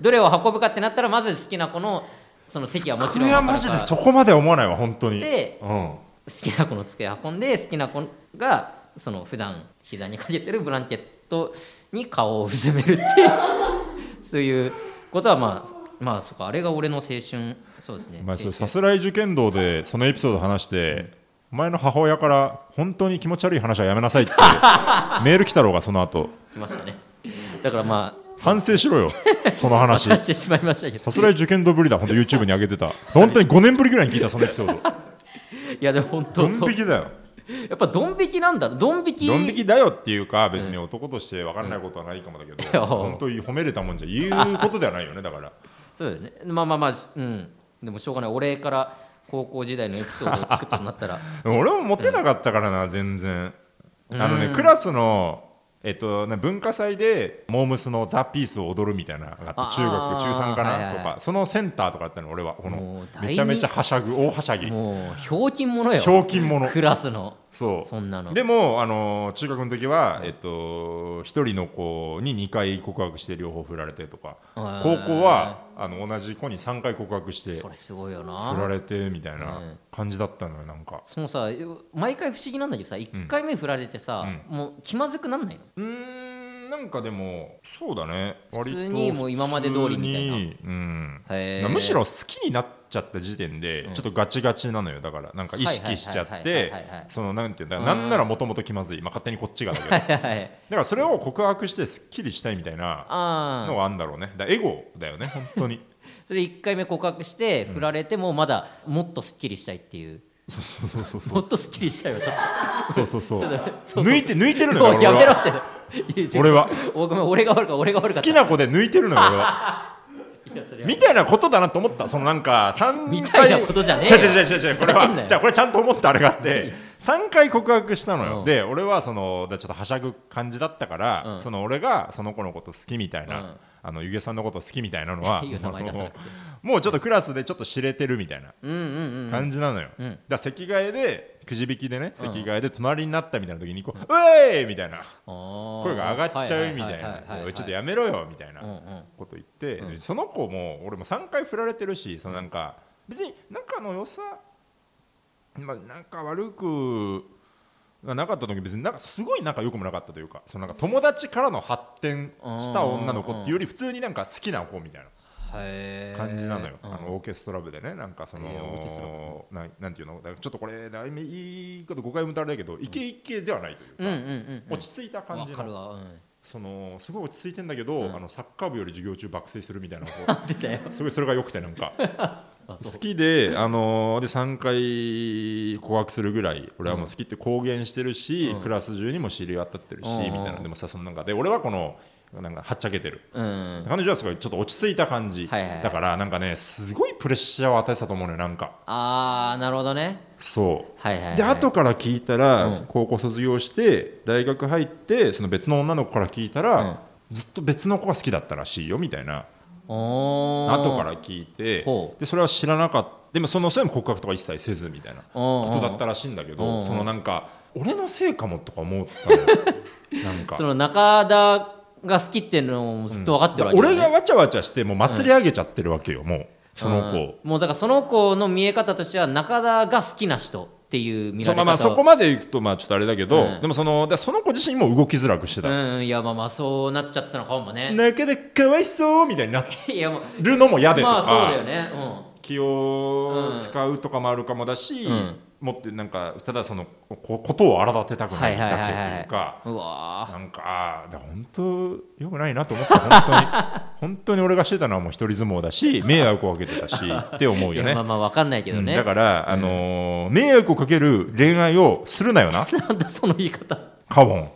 [SPEAKER 2] どれを運ぶかってなったらまず好きな子のその [LAUGHS] 席はもちろん
[SPEAKER 1] 机は
[SPEAKER 2] 分か
[SPEAKER 1] マ
[SPEAKER 2] る
[SPEAKER 1] ジ
[SPEAKER 2] か
[SPEAKER 1] で
[SPEAKER 2] ら
[SPEAKER 1] そこまで思わないわ本当に
[SPEAKER 2] で
[SPEAKER 1] うん
[SPEAKER 2] 好きな子の机運んで好きな子がその普段膝にかけてるブランケットに顔をうずめるっていうそういうことはまあまあそっかあれが俺の青春そうですね、
[SPEAKER 1] まあ、それ
[SPEAKER 2] 青
[SPEAKER 1] さ
[SPEAKER 2] 春
[SPEAKER 1] すらい受験道でそのエピソード話して、お前の母親から本当に気持ち悪い話はやめなさ [LAUGHS] いってメール来たろうがその後
[SPEAKER 2] 来ましたねだからま
[SPEAKER 1] 反省しろよその
[SPEAKER 2] あ
[SPEAKER 1] 話
[SPEAKER 2] 渡してしまいましたけど
[SPEAKER 1] さすらい受験道ぶりだ本当 YouTube に上げてた本当に5年ぶりぐらいに聞いたそのエピソード
[SPEAKER 2] いやでも本当そ
[SPEAKER 1] ド
[SPEAKER 2] う
[SPEAKER 1] ン引きだよ
[SPEAKER 2] やっぱドン引きなんだろドン引き
[SPEAKER 1] ドン引きだよっていうか別に男として分からないことはないかもだけ
[SPEAKER 2] う
[SPEAKER 1] ど、
[SPEAKER 2] ん
[SPEAKER 1] 本当に褒めれたもんじゃ言うことではないよねだから
[SPEAKER 2] そうだよねまあまあまあうんでもしょうがない俺から高校時代のエピソードを作ったとなった
[SPEAKER 1] [LAUGHS]
[SPEAKER 2] ら
[SPEAKER 1] 俺もモテなかったからな、全然あのね
[SPEAKER 2] うん
[SPEAKER 1] クラスのえっと、ね文化祭でモームスの「ザ・ピースを踊るみたいなのがあって中
[SPEAKER 2] あー
[SPEAKER 1] 学中3かな、
[SPEAKER 2] はいはいはい
[SPEAKER 1] とかそのセンターとかだったの俺はこ
[SPEAKER 2] も
[SPEAKER 1] の
[SPEAKER 2] う大人気
[SPEAKER 1] めちゃめちゃはしゃぐ大はしゃぎ
[SPEAKER 2] もうひょうきん者よ
[SPEAKER 1] ひょうきん者
[SPEAKER 2] クラスの
[SPEAKER 1] そう
[SPEAKER 2] そんなの
[SPEAKER 1] でも、あのー中学の時は、えっと、一人の子に2回告白して両方振られてとか
[SPEAKER 2] あ
[SPEAKER 1] 高
[SPEAKER 2] ー
[SPEAKER 1] 校はあの同じ子に3回告白して
[SPEAKER 2] そ
[SPEAKER 1] 振
[SPEAKER 2] れすごいよ
[SPEAKER 1] ら
[SPEAKER 2] な
[SPEAKER 1] れてみたい
[SPEAKER 2] うん
[SPEAKER 1] な感じだったのよなんか
[SPEAKER 2] そのさ毎回不思議なんだけどさ1回目振られてさ、もう気まずくなんないの
[SPEAKER 1] うーんなんかでもそうだね
[SPEAKER 2] 普通にもう今まで通りみたいな
[SPEAKER 1] 割と普通にうん
[SPEAKER 2] へー
[SPEAKER 1] むしろ好きになっちゃった時点でちょっとガチガチなのよだからなんか意識しちゃっ
[SPEAKER 2] はいはい
[SPEAKER 1] て
[SPEAKER 2] はいはいはいはい
[SPEAKER 1] そのなんていうんだ
[SPEAKER 2] うん
[SPEAKER 1] なんならもともと気まずいまあ勝手にこっちがだけどだ
[SPEAKER 2] はいはい
[SPEAKER 1] からそれを告白してすっきりしたいみたいなの
[SPEAKER 2] ああ
[SPEAKER 1] があるんだろうねだからエゴだよね本
[SPEAKER 2] [LAUGHS]
[SPEAKER 1] 当に
[SPEAKER 2] それ1回目告白して振られてもまだもっとすっきりしたいっていう、
[SPEAKER 1] そうそうそうそ
[SPEAKER 2] もっとすっきりしたいわちょっ
[SPEAKER 1] うそうそうそう
[SPEAKER 2] とちょっとそう
[SPEAKER 1] 抜いて抜いてるの
[SPEAKER 2] も [LAUGHS]
[SPEAKER 1] よ
[SPEAKER 2] う
[SPEAKER 1] 俺
[SPEAKER 2] やめろ
[SPEAKER 1] は
[SPEAKER 2] っていや違う
[SPEAKER 1] 俺は
[SPEAKER 2] お [LAUGHS] ごめん俺が悪かった俺が悪か
[SPEAKER 1] 好
[SPEAKER 2] った
[SPEAKER 1] きな子で抜いてるのよ俺は。
[SPEAKER 2] いやそれは
[SPEAKER 1] みたいなことだなと思った、そのなんか、3回、
[SPEAKER 2] みたいなことじゃねえ
[SPEAKER 1] 違
[SPEAKER 2] よ
[SPEAKER 1] う違う違う違う、
[SPEAKER 2] ふざ
[SPEAKER 1] これ
[SPEAKER 2] けんな
[SPEAKER 1] は、
[SPEAKER 2] よ
[SPEAKER 1] じゃあこれちゃんと思ったあれがあって、3回告白したのよ、
[SPEAKER 2] うん
[SPEAKER 1] で、俺はその、だちょっとはしゃぐ感じだったから、
[SPEAKER 2] うん
[SPEAKER 1] その俺がその子のこと好きみたいな、
[SPEAKER 2] うん
[SPEAKER 1] あの、ゆげさんのこと好きみたいな
[SPEAKER 2] [LAUGHS]
[SPEAKER 1] のは、
[SPEAKER 2] いいよ名前出さなくて
[SPEAKER 1] もうちょっとクラスでちょっと知れてるみたいな
[SPEAKER 2] うんうんうん
[SPEAKER 1] 感じなのよ、
[SPEAKER 2] うん
[SPEAKER 1] だから席替えで、くじ引きでね、
[SPEAKER 2] うん
[SPEAKER 1] 席替えで隣になったみたいな時にこう、うえーいみたいな、
[SPEAKER 2] 声
[SPEAKER 1] 声が上がっちゃうみたいな、おいちょっとやめろよみたいな。
[SPEAKER 2] うんうん
[SPEAKER 1] こと言って、
[SPEAKER 2] うん
[SPEAKER 1] でその子も俺も3回振られてるしそのなんか別に仲の良さ、まあ、なんか悪くがなかった時別になんかすごい仲良くもなかったというかそのなんか友達からの発展した女の子っていうより普通になんか好きな子みたい
[SPEAKER 2] へ
[SPEAKER 1] な
[SPEAKER 2] ー
[SPEAKER 1] 感じなのよ、
[SPEAKER 2] うん
[SPEAKER 1] あのオーケストラ部でねなんかそ
[SPEAKER 2] いやオーケストラ
[SPEAKER 1] の、ななんていうのだからちょっとこれだいぶいいこと誤解もたれだけどイケイケではないというか、
[SPEAKER 2] うんうんうんうん
[SPEAKER 1] 落ち着いた感じ
[SPEAKER 2] わかる
[SPEAKER 1] の
[SPEAKER 2] わうん [LAUGHS]
[SPEAKER 1] そのすごい落ち着いてんだけど、
[SPEAKER 2] うん
[SPEAKER 1] あのサッカー部より授業中爆睡するみたいな子
[SPEAKER 2] 出たよ
[SPEAKER 1] すごいそれが良くてなんか
[SPEAKER 2] あ
[SPEAKER 1] [LAUGHS] 好
[SPEAKER 2] そう
[SPEAKER 1] きで,、あのーで3回告白するぐらい俺はもう好きって公言してるし、
[SPEAKER 2] うん
[SPEAKER 1] クラス中にも知り渡ってるし、
[SPEAKER 2] うんうん
[SPEAKER 1] みたいなでもさその中で俺はこのなんかはっちゃけてる
[SPEAKER 2] うん
[SPEAKER 1] 彼女はすごいちょっと落ち着いた感じ、
[SPEAKER 2] はいはいはい
[SPEAKER 1] だからなんかねすごいプレッシャーを与えてたと思うのよなんか
[SPEAKER 2] あーなるほどね
[SPEAKER 1] そう
[SPEAKER 2] はいはいはい
[SPEAKER 1] で後から聞いたら、
[SPEAKER 2] うん
[SPEAKER 1] 高校卒業して大学入ってその別の女の子から聞いたら、ずっと別の子が好きだったらしいよみたいな
[SPEAKER 2] おー
[SPEAKER 1] 後から聞いて
[SPEAKER 2] ほう
[SPEAKER 1] でそれは知らなかったでもそのそれも告白とか一切せずみたいな
[SPEAKER 2] こ
[SPEAKER 1] ことだったらしいんだけ
[SPEAKER 2] うんう
[SPEAKER 1] ど
[SPEAKER 2] ん
[SPEAKER 1] そのなんか俺のせいかもとか思った
[SPEAKER 2] [LAUGHS]
[SPEAKER 1] のなん
[SPEAKER 2] そ
[SPEAKER 1] か
[SPEAKER 2] の中田が好きっていうのもずっと分かってるわけだよ
[SPEAKER 1] 俺
[SPEAKER 2] ね
[SPEAKER 1] がわちゃわちゃしてもう祭り上げちゃってるわけよもうその子
[SPEAKER 2] うんもうだからその子の見え方としては中田が好きな人っていう見ら
[SPEAKER 1] そ
[SPEAKER 2] れ方
[SPEAKER 1] うまあまあそこ
[SPEAKER 2] を
[SPEAKER 1] までいくとまあちょっとあれだけど、
[SPEAKER 2] うん
[SPEAKER 1] でもそのだからその子自身も動きづらくしてた、
[SPEAKER 2] うんいやまあまあそうなっちゃってたのかもね
[SPEAKER 1] 中でかわいそうみたいになっ
[SPEAKER 2] いやもう
[SPEAKER 1] るのも嫌でとか、
[SPEAKER 2] まあそうだよねう
[SPEAKER 1] 気を使うとかもあるかもだし、
[SPEAKER 2] うん
[SPEAKER 1] もってなんかただそのこことを荒立てたく
[SPEAKER 2] ん
[SPEAKER 1] な
[SPEAKER 2] はい
[SPEAKER 1] い
[SPEAKER 2] は
[SPEAKER 1] だ
[SPEAKER 2] い
[SPEAKER 1] け
[SPEAKER 2] は
[SPEAKER 1] と
[SPEAKER 2] いはい
[SPEAKER 1] いうか。
[SPEAKER 2] うわー
[SPEAKER 1] なんかあーだから本当よくないなと思った
[SPEAKER 2] [LAUGHS]
[SPEAKER 1] 本当に本当に俺がしてたのはもう一人相撲だし迷惑をかけてたしって思うよ
[SPEAKER 2] いや
[SPEAKER 1] ね
[SPEAKER 2] まあまあわかんないけどね、
[SPEAKER 1] うんだから、あのー迷惑をかける恋愛をするなよな
[SPEAKER 2] なんだその言い方だか
[SPEAKER 1] カモン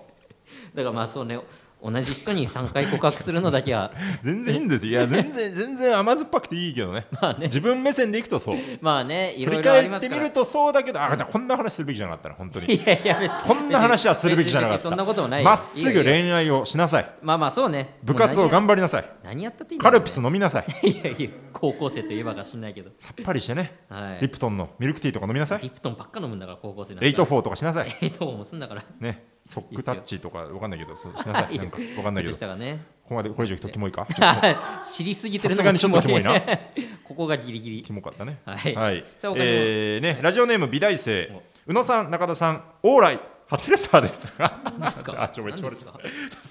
[SPEAKER 2] らまあそうね同じ人に3回告白するのだけ
[SPEAKER 1] [LAUGHS]
[SPEAKER 2] は
[SPEAKER 1] 全然いいんですよいや全然全然甘酸っぱくていいけ
[SPEAKER 2] [LAUGHS]
[SPEAKER 1] どね自分目線でいくとそう
[SPEAKER 2] まあねい
[SPEAKER 1] 振
[SPEAKER 2] ろ
[SPEAKER 1] り
[SPEAKER 2] いろあり
[SPEAKER 1] 返
[SPEAKER 2] ま
[SPEAKER 1] っ
[SPEAKER 2] す
[SPEAKER 1] て
[SPEAKER 2] か
[SPEAKER 1] み
[SPEAKER 2] ら
[SPEAKER 1] るとそうだけど、あだからこんな話するべきじゃなかったな本当に
[SPEAKER 2] いやいや別に
[SPEAKER 1] こんな話はするべきじゃなかっ
[SPEAKER 2] 別
[SPEAKER 1] た
[SPEAKER 2] に別にそんなこともないよ
[SPEAKER 1] まっす
[SPEAKER 2] いいよ
[SPEAKER 1] ぐ
[SPEAKER 2] いいよ
[SPEAKER 1] 恋愛をしなさい
[SPEAKER 2] まあまあそうね
[SPEAKER 1] 部活を
[SPEAKER 2] もう
[SPEAKER 1] 頑張りなさい
[SPEAKER 2] 何や何やったっていいんだ
[SPEAKER 1] カ
[SPEAKER 2] よね
[SPEAKER 1] ルピス飲みなさい
[SPEAKER 2] いやいや高校生といえばか知んないけど、
[SPEAKER 1] さっぱりしてね
[SPEAKER 2] はい、
[SPEAKER 1] リ
[SPEAKER 2] リプ
[SPEAKER 1] プトンのミルクティーとか飲みなさい
[SPEAKER 2] トンばっか飲むんだから高校生なんか
[SPEAKER 1] エイトフォーとかしなさい
[SPEAKER 2] エイトフォーもすんだから
[SPEAKER 1] ねソックタッチとかわかんないけどそうしなさ
[SPEAKER 2] はいい
[SPEAKER 1] なんかわかんないけ
[SPEAKER 2] 靴
[SPEAKER 1] どこ
[SPEAKER 2] 下がね
[SPEAKER 1] こまでこれ以上いくとキモいか
[SPEAKER 2] [LAUGHS] 知りすぎてる
[SPEAKER 1] さすがにちょっとキモいな
[SPEAKER 2] [LAUGHS] ここがギリギリ
[SPEAKER 1] キモかったね
[SPEAKER 2] はい
[SPEAKER 1] はい
[SPEAKER 2] さあ他にも
[SPEAKER 1] えーねラジオネーム美大生宇野さん中田さんオーライ初レターです [LAUGHS] が
[SPEAKER 2] 何ですか
[SPEAKER 1] あちょごめんちょ
[SPEAKER 2] 何
[SPEAKER 1] ごめ
[SPEAKER 2] で
[SPEAKER 1] ん
[SPEAKER 2] すか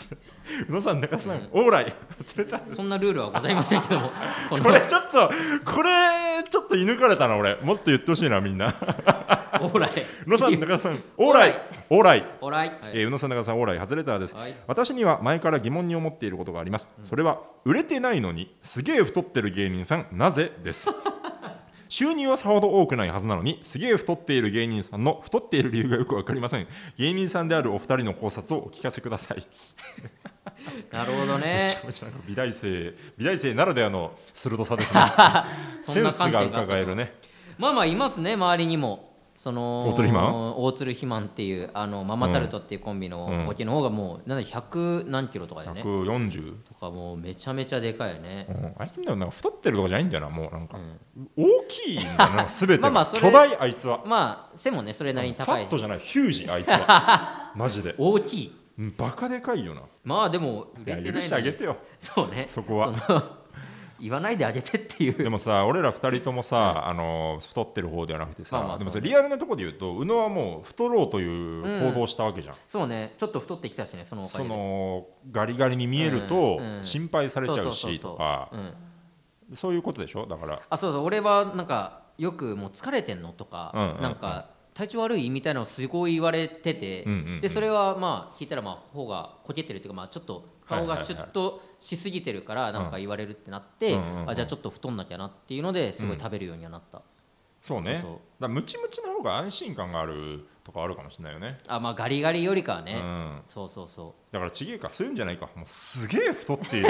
[SPEAKER 1] 宇野さん中田さんオーライ初レター
[SPEAKER 2] そんなルールはございませんけど
[SPEAKER 1] [LAUGHS]
[SPEAKER 2] もこ
[SPEAKER 1] こ
[SPEAKER 2] の
[SPEAKER 1] れちょっとこれちょっと射抜かれたな俺もっと言ってほしいなみんな
[SPEAKER 2] オーライ
[SPEAKER 1] 宇野さん中田さ [LAUGHS] んオーライオーライ
[SPEAKER 2] オーライ、はい
[SPEAKER 1] えー宇野さん中田さんオーライ外れたです、
[SPEAKER 2] はい
[SPEAKER 1] 私には前から疑問に思っていることがあります、それは売れてないのにすげえ太ってる芸人さんなぜです
[SPEAKER 2] [LAUGHS]
[SPEAKER 1] 収入はさほど多くないはずなのにすげえ太っている芸人さんの太っている理由がよくわかりません芸人さんであるお二人の考察をお聞かせください、
[SPEAKER 2] なるほど
[SPEAKER 1] め
[SPEAKER 2] ね
[SPEAKER 1] ちゃめちゃなんか美大生美大生ならではの鋭
[SPEAKER 2] [LAUGHS]
[SPEAKER 1] さですね
[SPEAKER 2] そ
[SPEAKER 1] セ
[SPEAKER 2] んな
[SPEAKER 1] ンス
[SPEAKER 2] 観点が
[SPEAKER 1] が
[SPEAKER 2] あったと
[SPEAKER 1] 伺えるね
[SPEAKER 2] まあまあいますね周りにもその
[SPEAKER 1] 大鶴肥満
[SPEAKER 2] 大鶴肥満っていうあのママタルトっていうコンビ
[SPEAKER 1] う
[SPEAKER 2] の
[SPEAKER 1] ん
[SPEAKER 2] ボケの方がもうなんだ100何キロとかだよね
[SPEAKER 1] 140、
[SPEAKER 2] とかもうめちゃめちゃでかいよね
[SPEAKER 1] うん、あいつみたいな太ってるとかじゃないんだよなもうなんか、
[SPEAKER 2] ん
[SPEAKER 1] 大きいんだよ
[SPEAKER 2] [LAUGHS]
[SPEAKER 1] なすべて
[SPEAKER 2] まあま
[SPEAKER 1] が
[SPEAKER 2] あそれ
[SPEAKER 1] 巨大あいつは
[SPEAKER 2] まあ背もねそれなりに
[SPEAKER 1] ファ
[SPEAKER 2] 高い
[SPEAKER 1] ットじゃないヒュージあいつ
[SPEAKER 2] [LAUGHS]
[SPEAKER 1] はマジで
[SPEAKER 2] 大きい
[SPEAKER 1] うんバカでかいよな
[SPEAKER 2] まあでも売
[SPEAKER 1] い
[SPEAKER 2] れて
[SPEAKER 1] や
[SPEAKER 2] ないのに
[SPEAKER 1] 許してあげてよ
[SPEAKER 2] そうね
[SPEAKER 1] そこは
[SPEAKER 2] の [LAUGHS] 言わないであげてっていう
[SPEAKER 1] でもさ俺ら二人ともさ、あの太ってる方ではなくてさ、
[SPEAKER 2] まあまあ
[SPEAKER 1] でもさ
[SPEAKER 2] そうね
[SPEAKER 1] リアルなところで言うと宇野はもう太ろうという行動をしたわけじゃん、
[SPEAKER 2] そうねちょっと太ってきたしねそのおか
[SPEAKER 1] そ
[SPEAKER 2] げで
[SPEAKER 1] のガリガリに見えると
[SPEAKER 2] うんうん
[SPEAKER 1] 心配されちゃう
[SPEAKER 2] そ
[SPEAKER 1] し
[SPEAKER 2] そ
[SPEAKER 1] と
[SPEAKER 2] そ
[SPEAKER 1] か
[SPEAKER 2] ううん
[SPEAKER 1] そういうことでしょだから
[SPEAKER 2] あそうそう俺はなんかよくもう疲れてんのとか、
[SPEAKER 1] うんうんうん
[SPEAKER 2] なんか体調悪いみたいなのをすごい言われてて、
[SPEAKER 1] うんうんうん
[SPEAKER 2] でそれはまあ聞いたらまあ頬がこけてるっていうかまあちょっと顔がシュッとしすぎてるからなんか言われるってなって、
[SPEAKER 1] うんうんうん
[SPEAKER 2] あじゃあちょっと太んなきゃなっていうのですごい食べるようにはなった、
[SPEAKER 1] そうね
[SPEAKER 2] そうそう
[SPEAKER 1] だからムチムチの方が安心感があるとかあるかもしれないよね
[SPEAKER 2] あまあガリガリよりかは
[SPEAKER 1] う
[SPEAKER 2] ね、
[SPEAKER 1] ん
[SPEAKER 2] そうそうそう
[SPEAKER 1] だからちげえかそういうんじゃないかもうすげえ太って
[SPEAKER 2] [LAUGHS]
[SPEAKER 1] いる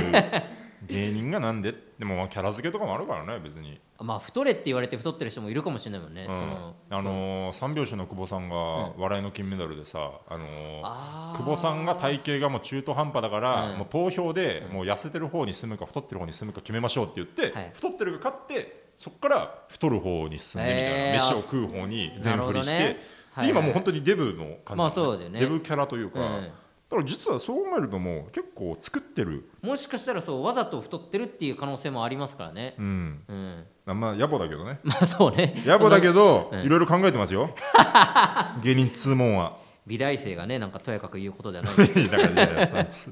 [SPEAKER 1] 芸人がなんででもまあキャラ付けとかもあるからね別に、
[SPEAKER 2] あまあ太れって言われて太ってる人もいるかもしれないもんね、
[SPEAKER 1] うん
[SPEAKER 2] その
[SPEAKER 1] あのー三拍子の久保さんが笑いの金メダルでさ、あのー
[SPEAKER 2] あー
[SPEAKER 1] 久保さんが体型がもう中途半端だから、
[SPEAKER 2] うん
[SPEAKER 1] もう投票でもう痩せてる方に進むか太ってる方に進むか決めましょうって言って、
[SPEAKER 2] はい
[SPEAKER 1] 太ってるが勝ってそこから太る方に進んでみたいな、
[SPEAKER 2] へー
[SPEAKER 1] 飯を食う方に全振りして、
[SPEAKER 2] なるほどねはい
[SPEAKER 1] で今もう本当にデブの感じなの、
[SPEAKER 2] まあそうだよね
[SPEAKER 1] デブキャラというか、
[SPEAKER 2] うん
[SPEAKER 1] だから実はそう思えるともう結構作ってる、
[SPEAKER 2] もしかしたらそうわざと太ってるっていう可能性もありますからね、
[SPEAKER 1] うん、
[SPEAKER 2] うん、 [LAUGHS]
[SPEAKER 1] あんま野暮だけどね
[SPEAKER 2] まあそうね
[SPEAKER 1] 野暮だけど
[SPEAKER 2] うん
[SPEAKER 1] いろいろ考えてますよ
[SPEAKER 2] [LAUGHS]
[SPEAKER 1] 芸人通問は
[SPEAKER 2] 美大生がねなんかとやかく言うことでは
[SPEAKER 1] [LAUGHS]
[SPEAKER 2] ない
[SPEAKER 1] だからいやいやそうです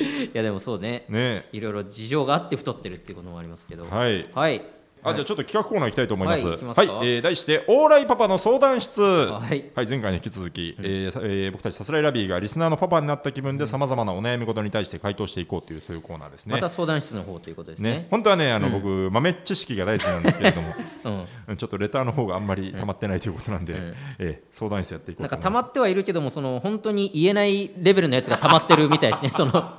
[SPEAKER 2] いやでもそうね
[SPEAKER 1] ね
[SPEAKER 2] いろいろ事情があって太ってるっていうこともありますけどはい、
[SPEAKER 1] はいあじゃあちょっと企画コーナー行きたいと思います。
[SPEAKER 2] はい
[SPEAKER 1] はい
[SPEAKER 2] 行きますか
[SPEAKER 1] えー題して「オーライパパの相談室」はい前回に引き続き、えーさえー僕たちさすらいラビーがリスナーのパパになった気分でさまざまなお悩み事に対して回答していこうというそういうコーナーですね。
[SPEAKER 2] また相談室の方ということですね
[SPEAKER 1] ね本当はねあの、僕豆知識が大好きなんですけれど
[SPEAKER 2] [LAUGHS]
[SPEAKER 1] も
[SPEAKER 2] うん、
[SPEAKER 1] うんちょっとレターの方があんまり溜まってないということなんで、
[SPEAKER 2] ん
[SPEAKER 1] えー相談室やっていこ
[SPEAKER 2] な
[SPEAKER 1] うんと
[SPEAKER 2] か
[SPEAKER 1] 思います。
[SPEAKER 2] 溜まってはいるけどもその本当に言えないレベルのやつが溜まってるみたい
[SPEAKER 1] [LAUGHS]
[SPEAKER 2] ですねその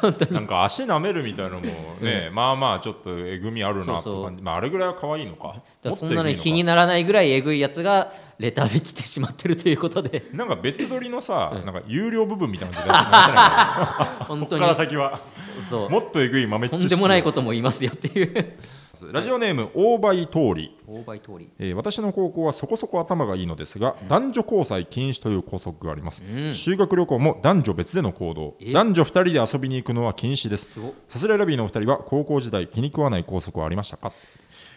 [SPEAKER 2] 本当に
[SPEAKER 1] なんか足舐めるみたいなのもね、まあまあちょっとえぐみあるなって感じ
[SPEAKER 2] そうそう
[SPEAKER 1] まあ、あれぐらいは可愛いのか
[SPEAKER 2] だからそん
[SPEAKER 1] もっ
[SPEAKER 2] な
[SPEAKER 1] と
[SPEAKER 2] の
[SPEAKER 1] えぐい
[SPEAKER 2] 比にならないぐらいえぐいやつがレターで来てしまってるということで
[SPEAKER 1] なんか別撮りのさ、なんか有料部分みたいな
[SPEAKER 2] [LAUGHS]
[SPEAKER 1] の出してもらってないか
[SPEAKER 2] 本
[SPEAKER 1] なこ
[SPEAKER 2] 当
[SPEAKER 1] っ
[SPEAKER 2] に
[SPEAKER 1] から先は
[SPEAKER 2] そう
[SPEAKER 1] もっとえぐい豆知
[SPEAKER 2] と
[SPEAKER 1] 識
[SPEAKER 2] んでもないことも言いますよって
[SPEAKER 1] [LAUGHS]
[SPEAKER 2] いう [LAUGHS]
[SPEAKER 1] ラジオネーム大倍通り
[SPEAKER 2] 大倍通り
[SPEAKER 1] えー私の高校はそこそこ頭がいいのですが、男女交際禁止という校則があります、
[SPEAKER 2] うん
[SPEAKER 1] 修学旅行も男女別での行動
[SPEAKER 2] え
[SPEAKER 1] 男女2人で遊びに行くのは禁止です
[SPEAKER 2] すごっ
[SPEAKER 1] さすらいラビーのお二人は高校時代気に食わない校則はありましたか、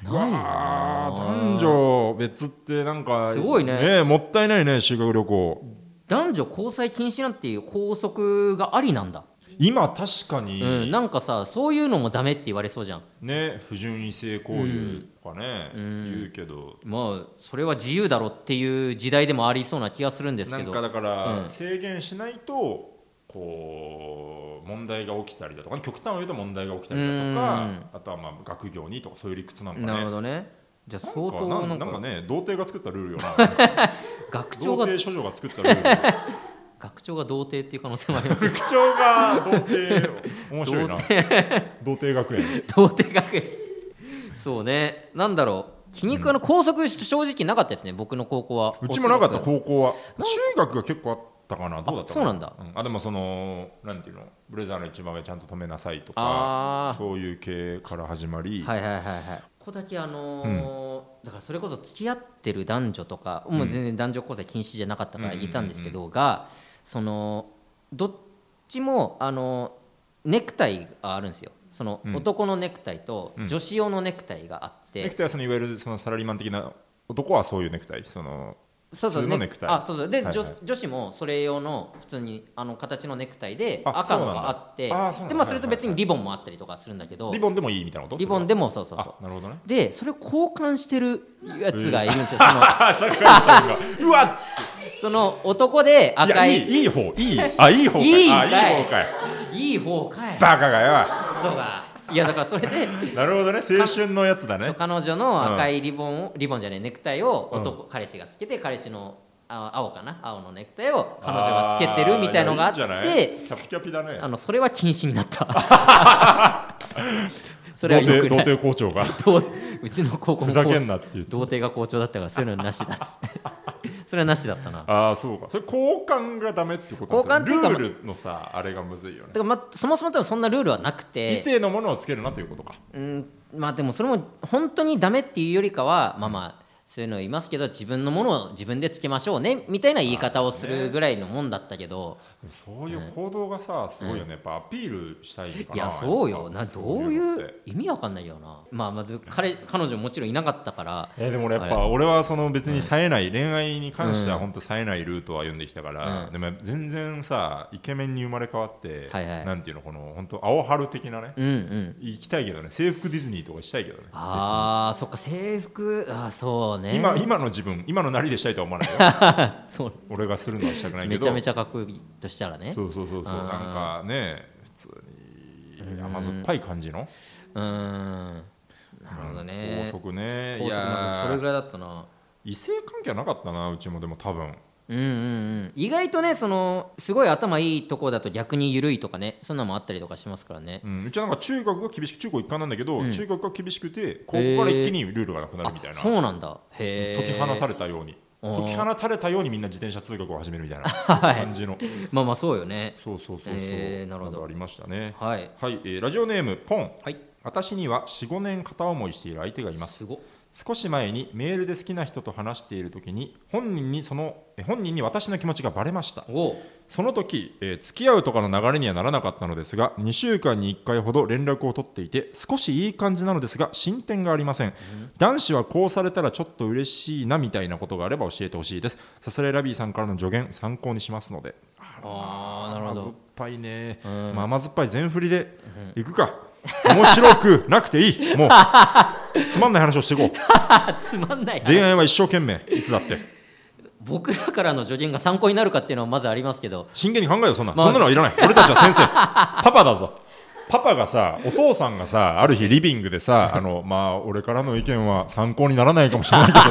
[SPEAKER 2] ないよ
[SPEAKER 1] あ
[SPEAKER 2] な
[SPEAKER 1] ー男女別ってなんか
[SPEAKER 2] すごいね
[SPEAKER 1] えもったいないね修学旅行
[SPEAKER 2] 男女交際禁止なんていう校則がありなんだ、
[SPEAKER 1] 今確かに、
[SPEAKER 2] うん、なんかさそういうのもダメって言われそうじゃん
[SPEAKER 1] ね不純異性交流とかね、言うけど
[SPEAKER 2] まあそれは自由だろっていう時代でもありそうな気がするんです
[SPEAKER 1] な
[SPEAKER 2] け
[SPEAKER 1] ん
[SPEAKER 2] ど
[SPEAKER 1] かだから、
[SPEAKER 2] うん
[SPEAKER 1] 制限しないとこう問題が起きたりだとか極端を言うと問題が起きたりだと
[SPEAKER 2] う
[SPEAKER 1] か
[SPEAKER 2] ん
[SPEAKER 1] あとはまあ学業にとかそういう理屈なんかね
[SPEAKER 2] なるほどねじゃあ相当
[SPEAKER 1] なんかな
[SPEAKER 2] なん
[SPEAKER 1] んなんか
[SPEAKER 2] か
[SPEAKER 1] ね童貞が作ったルールよ
[SPEAKER 2] [LAUGHS]
[SPEAKER 1] な
[SPEAKER 2] 学長
[SPEAKER 1] 童
[SPEAKER 2] が
[SPEAKER 1] 貞処女が作ったルール
[SPEAKER 2] 学長が童貞っていう可能性もあります
[SPEAKER 1] 副長が童貞面白いな童貞学園
[SPEAKER 2] [LAUGHS] 童貞学園そうねなんだろう気に食わぬ校則正直なかったですね僕の高校は
[SPEAKER 1] うちもなかった
[SPEAKER 2] おそらく
[SPEAKER 1] 高校は中学が結構あったかなどうだったか
[SPEAKER 2] そうなんだ
[SPEAKER 1] あでもそのなんていうのブレザーの一番上ちゃんと止めなさいとか
[SPEAKER 2] あー
[SPEAKER 1] そういう系から始まり、
[SPEAKER 2] はいはいはいはいここだけあのーだからそれこそ付き合ってる男女とか、もう全然男女交際禁止じゃなかったから言えたんですけど、がそのどっちもあのネクタイがあるんですよその、
[SPEAKER 1] うん
[SPEAKER 2] 男のネクタイと
[SPEAKER 1] うん
[SPEAKER 2] 女子用のネクタイがあって、
[SPEAKER 1] ネクタイはそのいわゆるそのサラリーマン的な男はそういうネクタイその
[SPEAKER 2] そうそう
[SPEAKER 1] 普通のネクタイ
[SPEAKER 2] あそうそうで、
[SPEAKER 1] はいはい
[SPEAKER 2] 女子女子もそれ用の普通にあの形のネクタイで
[SPEAKER 1] あ
[SPEAKER 2] 赤の
[SPEAKER 1] そうなん
[SPEAKER 2] が
[SPEAKER 1] だ
[SPEAKER 2] あって
[SPEAKER 1] あーそうなんだ
[SPEAKER 2] でまあそれと別にリボンもあったりとかするんだけど、
[SPEAKER 1] リボンでもいいみたいなこと
[SPEAKER 2] リボンでもそうそうそう
[SPEAKER 1] あなるほどね [LAUGHS]
[SPEAKER 2] でそれを交換してるやつがいるんですよ、
[SPEAKER 1] あ坂井さんがうわ
[SPEAKER 2] そのその男で
[SPEAKER 1] いや
[SPEAKER 2] 赤い
[SPEAKER 1] い
[SPEAKER 2] い
[SPEAKER 1] いいい方いいあいい方
[SPEAKER 2] [LAUGHS]
[SPEAKER 1] か
[SPEAKER 2] いいん
[SPEAKER 1] あ
[SPEAKER 2] か
[SPEAKER 1] い
[SPEAKER 2] い
[SPEAKER 1] い方かい
[SPEAKER 2] い方かい
[SPEAKER 1] バカがよ
[SPEAKER 2] クソがいやだからそれで
[SPEAKER 1] なるほど [LAUGHS] ね青春のやつだね
[SPEAKER 2] 彼女の赤いリボンを、リボンじゃねえネクタイを男、彼氏がつけて彼氏のあ青かな青のネクタイを彼女がつけてるみたいのがあって
[SPEAKER 1] ーいやいいんじゃないキャピキャピだね
[SPEAKER 2] あのそれは禁止になった
[SPEAKER 1] [LAUGHS]
[SPEAKER 2] それはよく
[SPEAKER 1] 童
[SPEAKER 2] ない
[SPEAKER 1] 貞童貞校長が
[SPEAKER 2] どう [LAUGHS] うちの高校
[SPEAKER 1] ふ
[SPEAKER 2] も
[SPEAKER 1] ざけんなって言って
[SPEAKER 2] 童貞が校長だったからそういうのはなしだっつってそれはなしだったな
[SPEAKER 1] ああそうかそれ交換がダメってこと
[SPEAKER 2] 交換っていうか
[SPEAKER 1] ルールのさあれがむずいよね
[SPEAKER 2] だから、まあ、そもそも多分そんなルールはなく
[SPEAKER 1] 異
[SPEAKER 2] て
[SPEAKER 1] 性のものをつけるなということか
[SPEAKER 2] うんまあでもそれも本当にダメっていうよりかはまあまあそういうのいますけど自分のものを自分でつけましょうねみたいな言い方をするぐらいのもんだったけど、
[SPEAKER 1] でもそういう行動がさすごいよねやっぱアピールしたいのか
[SPEAKER 2] い
[SPEAKER 1] な
[SPEAKER 2] やそうよな
[SPEAKER 1] やっぱ
[SPEAKER 2] どう
[SPEAKER 1] のっ
[SPEAKER 2] い
[SPEAKER 1] て
[SPEAKER 2] う意味わかんないよなまあまず彼彼女もちろんいなかったから
[SPEAKER 1] えーでも俺やっぱ俺はその別に冴えない恋愛に関しては本当冴えないルートは歩んできたから
[SPEAKER 2] うん
[SPEAKER 1] でも全然さイケメンに生まれ変わって
[SPEAKER 2] はいはい
[SPEAKER 1] なんていうのこの本当青春的なね
[SPEAKER 2] うんうん
[SPEAKER 1] 行きたいけどね制服ディズニーとかしたいけどね
[SPEAKER 2] あーそっか制服あーそうね
[SPEAKER 1] 今今の自分今のなりでしたいとは思わない
[SPEAKER 2] [LAUGHS]
[SPEAKER 1] よ
[SPEAKER 2] そう
[SPEAKER 1] 俺がするのはしたくないけ
[SPEAKER 2] め
[SPEAKER 1] ど
[SPEAKER 2] ちゃめちゃかっこいいとしたらね
[SPEAKER 1] そうそうそうそう
[SPEAKER 2] あ
[SPEAKER 1] な
[SPEAKER 2] ー
[SPEAKER 1] んかね普通に甘酸っぱい感じの
[SPEAKER 2] うーんなるほどね
[SPEAKER 1] 高速ねい
[SPEAKER 2] 高速まあそれ
[SPEAKER 1] や
[SPEAKER 2] ぐ
[SPEAKER 1] ー
[SPEAKER 2] らいだったな
[SPEAKER 1] 異性関係はなかったなうちもでも多分
[SPEAKER 2] うんうんうん、意外とねそのすごい頭いいとこだと逆に緩いとかねそんなのもあったりとかしますからね
[SPEAKER 1] うんうちはなんか中学が厳しく中高一貫なんだけど
[SPEAKER 2] うん
[SPEAKER 1] 中学が厳しくて高校から一気にルールがなくなるみたい
[SPEAKER 2] あ
[SPEAKER 1] な
[SPEAKER 2] そうなんだへえ
[SPEAKER 1] 解き放たれたように
[SPEAKER 2] あー
[SPEAKER 1] 解き放たれたようにみんな自転車通学を始める
[SPEAKER 2] [LAUGHS]
[SPEAKER 1] みたいな感じの
[SPEAKER 2] まあまあそうよね
[SPEAKER 1] そうそうそうそう
[SPEAKER 2] えーなるほど
[SPEAKER 1] んかありましたね
[SPEAKER 2] はい
[SPEAKER 1] はいえーラジオネームポン
[SPEAKER 2] はい
[SPEAKER 1] 私には45年片思いしている相手がいます
[SPEAKER 2] すごっ
[SPEAKER 1] 少し前にメールで好きな人と話している時に本人にそのえ本人に私の気持ちがバレました
[SPEAKER 2] おう
[SPEAKER 1] その時、えー付き合うとかの流れにはならなかったのですが2週間に1回ほど連絡を取っていて少しいい感じなのですが進展がありません、男子はこうされたらちょっと嬉しいなみたいなことがあれば教えてほしいですさすらいラビーさんからの助言参考にしますので
[SPEAKER 2] あーなるほ
[SPEAKER 1] 甘酸っ
[SPEAKER 2] ど
[SPEAKER 1] ぱいね、
[SPEAKER 2] ん
[SPEAKER 1] まあ、甘酸っぱい全振りでいくか、面白くなくていいもうつまんない話をしていこう
[SPEAKER 2] あ [LAUGHS] つまんない
[SPEAKER 1] 恋愛は一生懸命いつだって
[SPEAKER 2] 僕らからの助言が参考になるかっていうのはまずありますけど
[SPEAKER 1] 真剣に考えよそんな、
[SPEAKER 2] まあ
[SPEAKER 1] そんなのはいらない
[SPEAKER 2] [LAUGHS]
[SPEAKER 1] 俺たちは先生パパだぞパパがさお父さんがさある日リビングでさあのまあ俺からの意見は参考にならないかもしれないけ
[SPEAKER 2] [LAUGHS]
[SPEAKER 1] どっ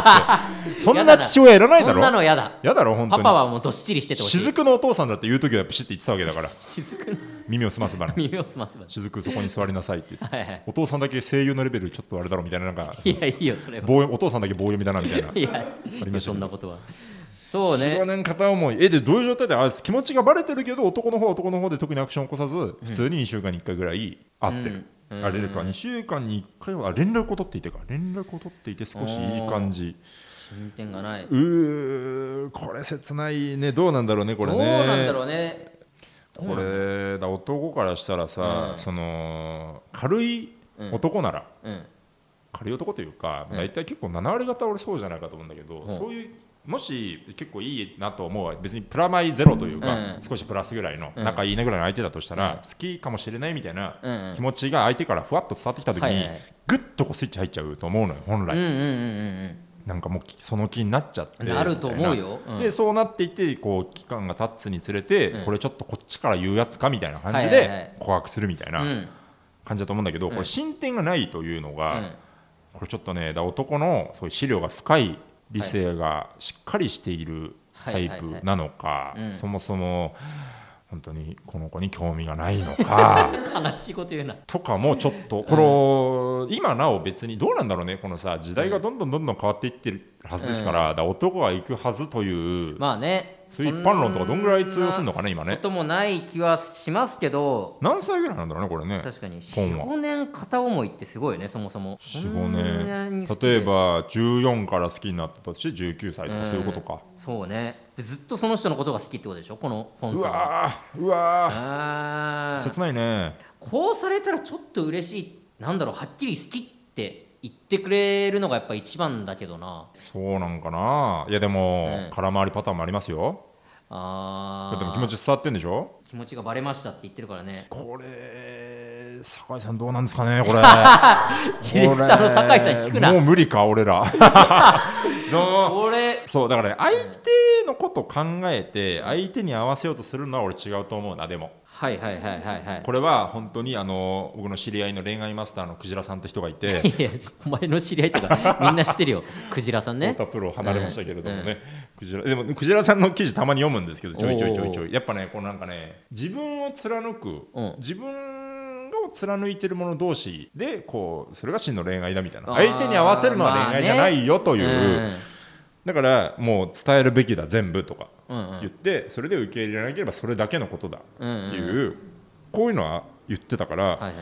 [SPEAKER 1] てそんな父親いらないだ
[SPEAKER 2] そんな
[SPEAKER 1] ろ
[SPEAKER 2] のやだ
[SPEAKER 1] やだろ本当
[SPEAKER 2] パ
[SPEAKER 1] に
[SPEAKER 2] パはもうどっしりしててほしい
[SPEAKER 1] 雫のお父さんだって言う時はプシって言ってたわけだから
[SPEAKER 2] 雫の
[SPEAKER 1] 耳を澄ませば
[SPEAKER 2] [LAUGHS]
[SPEAKER 1] ね
[SPEAKER 2] 耳を澄ませば
[SPEAKER 1] 雫そこに座りなさいって言って
[SPEAKER 2] はいはい
[SPEAKER 1] お父さんだけ声優のレベルちょっとあれだろみたいななんか
[SPEAKER 2] いやいいよそれは
[SPEAKER 1] 棒お父さんだけ棒読みだなみたいな
[SPEAKER 2] いや
[SPEAKER 1] したけど
[SPEAKER 2] いやそんなことはそうね
[SPEAKER 1] 45年片思いえでどういう状態であ気持ちがバレてるけど男の方は男の方で特にアクションを起こさず普通に2週間に1回ぐらい会ってる、
[SPEAKER 2] うん
[SPEAKER 1] あれか2週間に1回はあ連絡を取っていてか連絡を取っていて少しいい感じ
[SPEAKER 2] 進展がないう
[SPEAKER 1] ーこれ切ないねどうなんだろうねこれね
[SPEAKER 2] どうなんだろうね
[SPEAKER 1] これだ男からしたらさ、
[SPEAKER 2] うん
[SPEAKER 1] その軽い
[SPEAKER 2] うん
[SPEAKER 1] 男なら、
[SPEAKER 2] うん
[SPEAKER 1] 軽い男というか、
[SPEAKER 2] うん
[SPEAKER 1] 大体結構7割方俺そうじゃないかと思うんだけど、
[SPEAKER 2] うん
[SPEAKER 1] そういうもし結構いいなと思うは別にプラマイゼロというか、
[SPEAKER 2] うん
[SPEAKER 1] 少しプラスぐらいの
[SPEAKER 2] うん
[SPEAKER 1] 仲いいねぐらいの相手だとしたら、
[SPEAKER 2] うん
[SPEAKER 1] 好きかもしれないみたいな
[SPEAKER 2] うんうん
[SPEAKER 1] 気持ちが相手からふわっと伝わってきた時
[SPEAKER 2] はいは
[SPEAKER 1] に
[SPEAKER 2] い
[SPEAKER 1] ぐっとこうスイッチ入っちゃうと思うのよ本
[SPEAKER 2] うん
[SPEAKER 1] 来、
[SPEAKER 2] うんうん
[SPEAKER 1] なんかもうきその気になっちゃって
[SPEAKER 2] うんなると思う
[SPEAKER 1] み
[SPEAKER 2] よ、
[SPEAKER 1] たいな
[SPEAKER 2] うん
[SPEAKER 1] でそうなっていってこう期間が経つにつれて、
[SPEAKER 2] うん
[SPEAKER 1] これちょっとこっちから言うやつかみたいな感じ
[SPEAKER 2] はいはいは
[SPEAKER 1] で
[SPEAKER 2] い
[SPEAKER 1] 告白するみたいな、
[SPEAKER 2] うん
[SPEAKER 1] 感じだと思うんだけど、
[SPEAKER 2] うん
[SPEAKER 1] これ進展がないというの
[SPEAKER 2] う
[SPEAKER 1] が、
[SPEAKER 2] ん
[SPEAKER 1] これちょっとねだから男のそういう資料が深い理性がしっかりしているタイプなのか、
[SPEAKER 2] はいはいはいうん
[SPEAKER 1] そもそも本当にこの子に興味がないのか
[SPEAKER 2] [LAUGHS] 悲しいこと言うな
[SPEAKER 1] とかもちょっとこの、今なお別にどうなんだろうねこのさ時代がどんどんどんどん変わっていってるはずですから,、だから男が行くはずという、
[SPEAKER 2] まあね
[SPEAKER 1] そういう一般論とかどんぐらい通用する
[SPEAKER 2] の
[SPEAKER 1] のかね今
[SPEAKER 2] こ
[SPEAKER 1] ね
[SPEAKER 2] ともない気はしますけど
[SPEAKER 1] 何歳ぐらいなんだろうねこれね
[SPEAKER 2] 確かに
[SPEAKER 1] 本は
[SPEAKER 2] 45年片思いってすごいよねそもそも
[SPEAKER 1] 45
[SPEAKER 2] そんなに
[SPEAKER 1] 年
[SPEAKER 2] 好き
[SPEAKER 1] 例
[SPEAKER 2] で
[SPEAKER 1] えば14から好きになったとして19歳とかそういうことか、
[SPEAKER 2] そうねでずっとその人のことが好きってことでしょこのポ
[SPEAKER 1] う
[SPEAKER 2] ンさんは
[SPEAKER 1] わーうわ
[SPEAKER 2] あ
[SPEAKER 1] ー
[SPEAKER 2] ー
[SPEAKER 1] 切ないね
[SPEAKER 2] こうされたらちょっと嬉しいなんだろうはっきり好きって言ってくれるのがやっぱ一番だけどな
[SPEAKER 1] そうなんかないやでも、
[SPEAKER 2] うん
[SPEAKER 1] 空回りパターンもありますよ
[SPEAKER 2] あー
[SPEAKER 1] だってもう気持ち伝わってんでしょ
[SPEAKER 2] 気持ちがバレましたって言ってるからね
[SPEAKER 1] これ酒井さんどうなんですかねこれ
[SPEAKER 2] [LAUGHS] ディレクターの酒井さんに聞くな
[SPEAKER 1] これもう無理か俺ら [LAUGHS] どう
[SPEAKER 2] これ
[SPEAKER 1] そうだからね相手のこと考えて相手に合わせようとするのは俺違うと思うなでも
[SPEAKER 2] はいはいはいはいはい
[SPEAKER 1] これは本当にあの僕の知り合いの恋愛マスターのクジラさんって人がいて
[SPEAKER 2] いやお前の知り合いとかみんな知ってる
[SPEAKER 1] [LAUGHS]
[SPEAKER 2] よクジラさんね
[SPEAKER 1] 太田プロを離れましたけれどもね、クジラでもクジラさんの記事たまに読むんですけどちょいちょいちょいちょ
[SPEAKER 2] お
[SPEAKER 1] いやっぱねこうなんかね自分を貫く、
[SPEAKER 2] うん
[SPEAKER 1] 自分を貫いてる者同士でこうそれが真の恋愛だみたいな
[SPEAKER 2] あー
[SPEAKER 1] 相手に合わせるのは恋愛じゃないよという、
[SPEAKER 2] うん
[SPEAKER 1] だからもう伝えるべきだ全部とか
[SPEAKER 2] うんうん
[SPEAKER 1] 言って、それで受け入れなければそれだけのことだ
[SPEAKER 2] うんうん
[SPEAKER 1] っていう、こういうのは言ってたから、
[SPEAKER 2] はいはい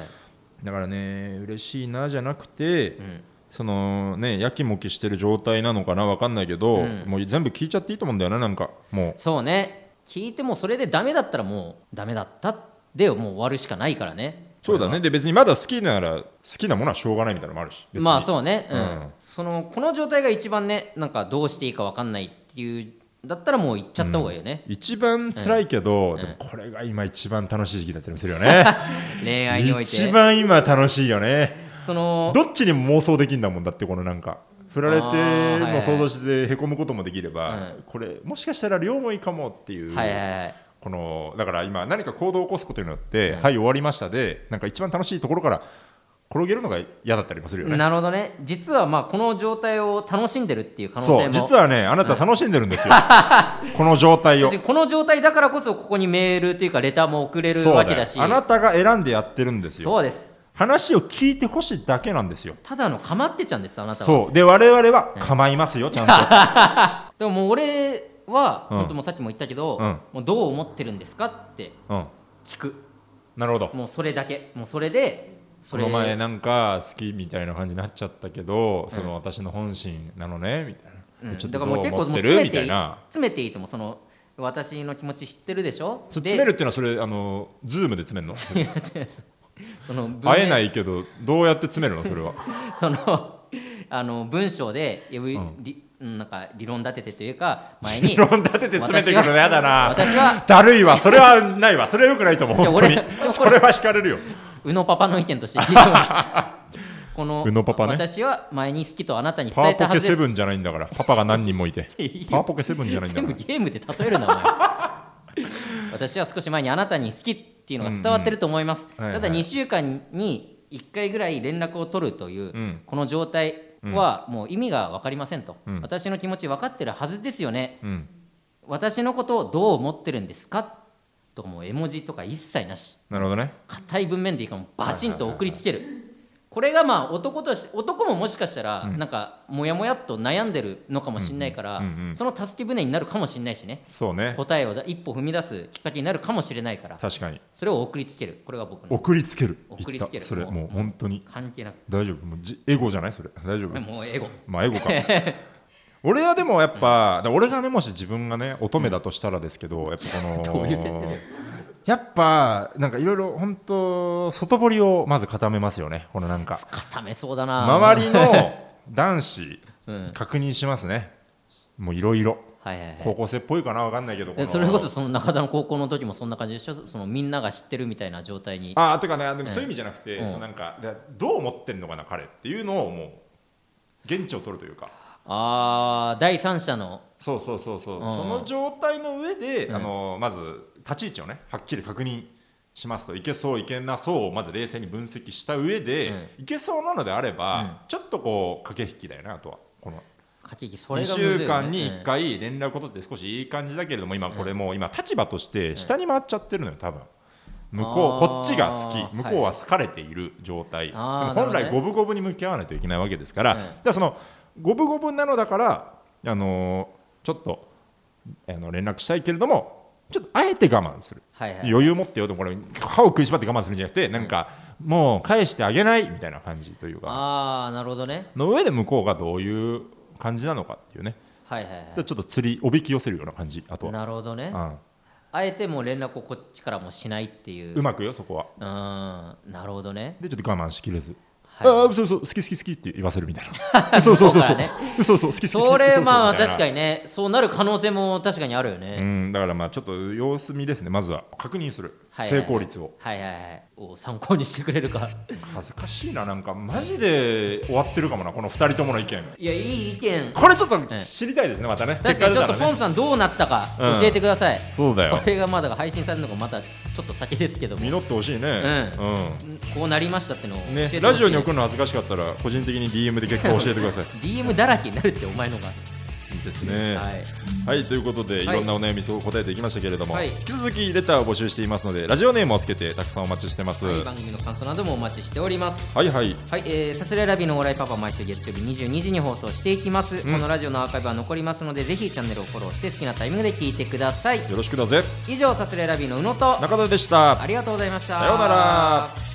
[SPEAKER 1] だからね嬉しいなじゃなくて、
[SPEAKER 2] うん
[SPEAKER 1] そのねやきもきしてる状態なのかなわかんないけど、
[SPEAKER 2] うん
[SPEAKER 1] もう全部聞いちゃっていいと思うんだよななんかも
[SPEAKER 2] そうね聞いてもそれでダメだったらもうダメだったでもう終わるしかないからね
[SPEAKER 1] うそうだねで別にまだ好きなら好きなものはしょうがないみたいなのもあるし別に
[SPEAKER 2] まあそうね、うん
[SPEAKER 1] うん
[SPEAKER 2] そのこの状態が一番ねなんかどうしていいか分かんないっていうだったらもう行っちゃった方がいいよね、
[SPEAKER 1] 一番辛いけど、でもこれが今一番楽しい時期だったりもするよね
[SPEAKER 2] 恋愛 [LAUGHS] において
[SPEAKER 1] 一番今楽しいよね
[SPEAKER 2] その
[SPEAKER 1] どっちにも妄想できんだもんだってこのなんか振られ
[SPEAKER 2] あ
[SPEAKER 1] て
[SPEAKER 2] ーはいは
[SPEAKER 1] の
[SPEAKER 2] い
[SPEAKER 1] 想像してへこむこともできれば、
[SPEAKER 2] うん
[SPEAKER 1] これもしかしたら両思いかもっていう、
[SPEAKER 2] はいはいはい
[SPEAKER 1] このだから今何か行動を起こすことによって、はい終わりましたでなんか一番楽しいところから転げるのが嫌だったりもするよね
[SPEAKER 2] なるほどね実はまあこの状態を楽しんでるっていう可能性
[SPEAKER 1] そう
[SPEAKER 2] も
[SPEAKER 1] 実はねあなた楽しんでるんですよ、 [LAUGHS] この状態を
[SPEAKER 2] 別にこの状態だからこそここにメールというかレターも送れる
[SPEAKER 1] そう
[SPEAKER 2] わけ
[SPEAKER 1] だ
[SPEAKER 2] だ
[SPEAKER 1] よ
[SPEAKER 2] し
[SPEAKER 1] あなたが選んでやってるんですよ
[SPEAKER 2] そうです
[SPEAKER 1] 話を聞いてほしいだけなんですよ
[SPEAKER 2] ただの構ってちゃんですあなたは
[SPEAKER 1] そうで我々は構いますよ、ちゃんと
[SPEAKER 2] [LAUGHS] でももう俺は、
[SPEAKER 1] うん
[SPEAKER 2] 本当もうさっきも言ったけど、
[SPEAKER 1] うん
[SPEAKER 2] もうどう思ってるんですかって
[SPEAKER 1] うん
[SPEAKER 2] 聞く
[SPEAKER 1] なるほど
[SPEAKER 2] もうそれだけもうそれでそ
[SPEAKER 1] そ
[SPEAKER 2] れ
[SPEAKER 1] の前なんか好きみたいな感じになっちゃったけど、その私の本心なのねみたいな、
[SPEAKER 2] うん、
[SPEAKER 1] ちょっ
[SPEAKER 2] だ
[SPEAKER 1] と
[SPEAKER 2] か
[SPEAKER 1] ど
[SPEAKER 2] らも
[SPEAKER 1] う
[SPEAKER 2] う結構
[SPEAKER 1] 思
[SPEAKER 2] も
[SPEAKER 1] っ
[SPEAKER 2] う
[SPEAKER 1] て
[SPEAKER 2] 詰
[SPEAKER 1] る
[SPEAKER 2] め
[SPEAKER 1] みた
[SPEAKER 2] てい
[SPEAKER 1] い
[SPEAKER 2] い
[SPEAKER 1] な
[SPEAKER 2] 詰めていいと思うその私の気持ち知ってるでしょ
[SPEAKER 1] そ
[SPEAKER 2] で
[SPEAKER 1] 詰めるっていうのはそれあのズームで
[SPEAKER 2] [LAUGHS]
[SPEAKER 1] 詰めるの
[SPEAKER 2] いや違うその文
[SPEAKER 1] 会えないいけどどうやって詰めるのそれは
[SPEAKER 2] その [LAUGHS] あの文章でいや
[SPEAKER 1] ん
[SPEAKER 2] りうんなんか理論立ててというか前に
[SPEAKER 1] 理論立てて詰めてくるのやだな
[SPEAKER 2] 私は
[SPEAKER 1] だるいわそれはないわそれはよくないと思う
[SPEAKER 2] じゃあ
[SPEAKER 1] 本当に
[SPEAKER 2] 俺 [LAUGHS] でも
[SPEAKER 1] それは惹かれるよ
[SPEAKER 2] 宇野パパの意見として
[SPEAKER 1] [LAUGHS]
[SPEAKER 2] 聞いてもらうこの
[SPEAKER 1] 宇野パパね
[SPEAKER 2] 私は前に好きとあなたに
[SPEAKER 1] パ
[SPEAKER 2] 伝え
[SPEAKER 1] ワ
[SPEAKER 2] たは
[SPEAKER 1] ポケ
[SPEAKER 2] ずで
[SPEAKER 1] セ
[SPEAKER 2] す [LAUGHS]
[SPEAKER 1] ブンじゃないんだからパパが何人もいて
[SPEAKER 2] いいよ
[SPEAKER 1] パワポケセブンじゃないんだ
[SPEAKER 2] 全
[SPEAKER 1] か
[SPEAKER 2] 部
[SPEAKER 1] ら
[SPEAKER 2] ゲームで例えるなお前 [LAUGHS] 私は少し前にあなたに好きっていうのが伝わってると思います、
[SPEAKER 1] うんうんはいは
[SPEAKER 2] た
[SPEAKER 1] い
[SPEAKER 2] だ2週間に1回ぐらい連絡を取るという、
[SPEAKER 1] ん
[SPEAKER 2] この状態はもう意味が分かりませんと、
[SPEAKER 1] うん
[SPEAKER 2] 私の気持ち分かってるはずですよね
[SPEAKER 1] うん
[SPEAKER 2] 私のことをどう思ってるんですかとかもう絵文字とか一切なし
[SPEAKER 1] なるほどね
[SPEAKER 2] 硬い文面でいいからもうバシンと送りつけるこれがまあ男とし男ももしかしたらなんかモヤモヤっと悩んでるのかもしれないから
[SPEAKER 1] うんうんうんうん
[SPEAKER 2] その助け舟になるかもしれないしね
[SPEAKER 1] そうね
[SPEAKER 2] 答えをだ一歩踏み出すきっかけになるかもしれないから
[SPEAKER 1] 確かに
[SPEAKER 2] それを送りつけるこれが僕の
[SPEAKER 1] 送りつける
[SPEAKER 2] 送りつける
[SPEAKER 1] 言ったそれ
[SPEAKER 2] もう
[SPEAKER 1] もう本当に
[SPEAKER 2] 関係なく
[SPEAKER 1] 大丈夫もうじエゴじゃないそれ大丈夫
[SPEAKER 2] これもうエゴ
[SPEAKER 1] まあエゴか [LAUGHS] 俺はでも
[SPEAKER 2] [LAUGHS]
[SPEAKER 1] やっぱ、だから俺がねもし自分がね乙女だとしたらですけど、やっぱこの
[SPEAKER 2] どういう設定だよ
[SPEAKER 1] やっぱなんかいろいろ本当外堀をまず固めますよねこのなんか
[SPEAKER 2] 固めそうだな
[SPEAKER 1] 周りの男子
[SPEAKER 2] [LAUGHS] うん
[SPEAKER 1] 確認しますねもういろいろ
[SPEAKER 2] はいはいはい
[SPEAKER 1] 高校生っぽいかなわかんないけど
[SPEAKER 2] で
[SPEAKER 1] の
[SPEAKER 2] それこそその中田の高校の時もそんな感じでしょそのみんなが知ってるみたいな状態に
[SPEAKER 1] ああてかねでもそういう意味じゃなくて、
[SPEAKER 2] うん
[SPEAKER 1] そのなんかでどう思ってんのかな彼っていうのをもう現地を取るというか
[SPEAKER 2] あー第三者の
[SPEAKER 1] そうそうそうそう、
[SPEAKER 2] うん
[SPEAKER 1] その状態の上で、
[SPEAKER 2] うん
[SPEAKER 1] あのまず立ち位置をねはっきり確認しますといけそういけなそうをまず冷静に分析した上で、いけそうなのであれば、ちょっとこう駆け引きだよねあとはこの
[SPEAKER 2] 駆け引きそれ
[SPEAKER 1] 2
[SPEAKER 2] がむずいよね
[SPEAKER 1] 週間に1
[SPEAKER 2] うん
[SPEAKER 1] 回連絡を取って少しいい感じだけれども今これもう今立場として下に回っちゃってるのよ多分向こう
[SPEAKER 2] あー
[SPEAKER 1] こっちが好
[SPEAKER 2] はい
[SPEAKER 1] き向こうは好かれている状態、
[SPEAKER 2] あー
[SPEAKER 1] でも本
[SPEAKER 2] なる
[SPEAKER 1] 来
[SPEAKER 2] ほ
[SPEAKER 1] 五分五分に向き合わないといけないわけですから,、
[SPEAKER 2] うん
[SPEAKER 1] だからその五分五分なのだから、あのーちょっとあの連絡したいけれどもちょっとあえて我慢する
[SPEAKER 2] はいはい
[SPEAKER 1] 余裕持ってよでもこれ歯を食いしばって我慢するんじゃなくてなんかもう返してあげないみたいな感じというか
[SPEAKER 2] ああなるほどね
[SPEAKER 1] の上で向こうがどういう感じなのかっていうね
[SPEAKER 2] はいはい
[SPEAKER 1] で
[SPEAKER 2] は
[SPEAKER 1] ちょっと釣りおびき寄せるような感じあと
[SPEAKER 2] い
[SPEAKER 1] は、
[SPEAKER 2] なるほどねあえてもう連絡をこっちからもしないっていううん
[SPEAKER 1] うまくよそこは
[SPEAKER 2] うーんなるほどね
[SPEAKER 1] でちょっと我慢しきれず、
[SPEAKER 2] はい
[SPEAKER 1] ああそうそう好き好き好きって言わせるみたい
[SPEAKER 2] [LAUGHS]
[SPEAKER 1] なそうそうそうそう、
[SPEAKER 2] 向こ
[SPEAKER 1] そうそう好き好き好き
[SPEAKER 2] それまあ
[SPEAKER 1] そうそうみたいな
[SPEAKER 2] 確かに
[SPEAKER 1] [LAUGHS]
[SPEAKER 2] ねそうなる可能性も確かにあるよね、
[SPEAKER 1] うんだからまあちょっと様子見ですねまずは確認する、
[SPEAKER 2] はいはいはい
[SPEAKER 1] 成功率を
[SPEAKER 2] はいはいはいお参考にしてくれるか
[SPEAKER 1] 恥ずかしいななんかマジで終わってるかもなこの2人ともの意見
[SPEAKER 2] いやいい意見
[SPEAKER 1] これちょっと
[SPEAKER 2] ええ
[SPEAKER 1] 知りたいですねまたね
[SPEAKER 2] 確かにちょっと
[SPEAKER 1] 結果出た
[SPEAKER 2] ポ
[SPEAKER 1] ら
[SPEAKER 2] ン
[SPEAKER 1] ね
[SPEAKER 2] さんどうなったか
[SPEAKER 1] うん
[SPEAKER 2] 教えてください、
[SPEAKER 1] そうだよ
[SPEAKER 2] これがまだ配信されるのがまたちょっと先ですけども
[SPEAKER 1] 実ってほしいね
[SPEAKER 2] う
[SPEAKER 1] うん、
[SPEAKER 2] こうなりましたってのを教えてほしい
[SPEAKER 1] ね、ラジオに送るの恥ずかしかったら個人的に DM で結果教えてください
[SPEAKER 2] DM だらけになるってお前のが、
[SPEAKER 1] いいですね、
[SPEAKER 2] はい
[SPEAKER 1] はいということで、い、ろんなお悩みそう答えていきましたけれども、
[SPEAKER 2] はい
[SPEAKER 1] 引き続きレターを募集していますのでラジオネームをつけてたくさんお待ちしてます
[SPEAKER 2] は、
[SPEAKER 1] はいい
[SPEAKER 2] 番組の感想などもお待ちしております
[SPEAKER 1] はい、はい
[SPEAKER 2] はい、えー、サスレラビのオーライパパ毎週月曜日22時に放送していきます、
[SPEAKER 1] ん
[SPEAKER 2] このラジオのアーカイブは残りますのでぜひチャンネルをフォローして好きなタイミングで聞いてください
[SPEAKER 1] よろしくだぜ
[SPEAKER 2] 以上サスレラビの宇野と
[SPEAKER 1] 中田でした
[SPEAKER 2] ありがとうございました
[SPEAKER 1] さようなら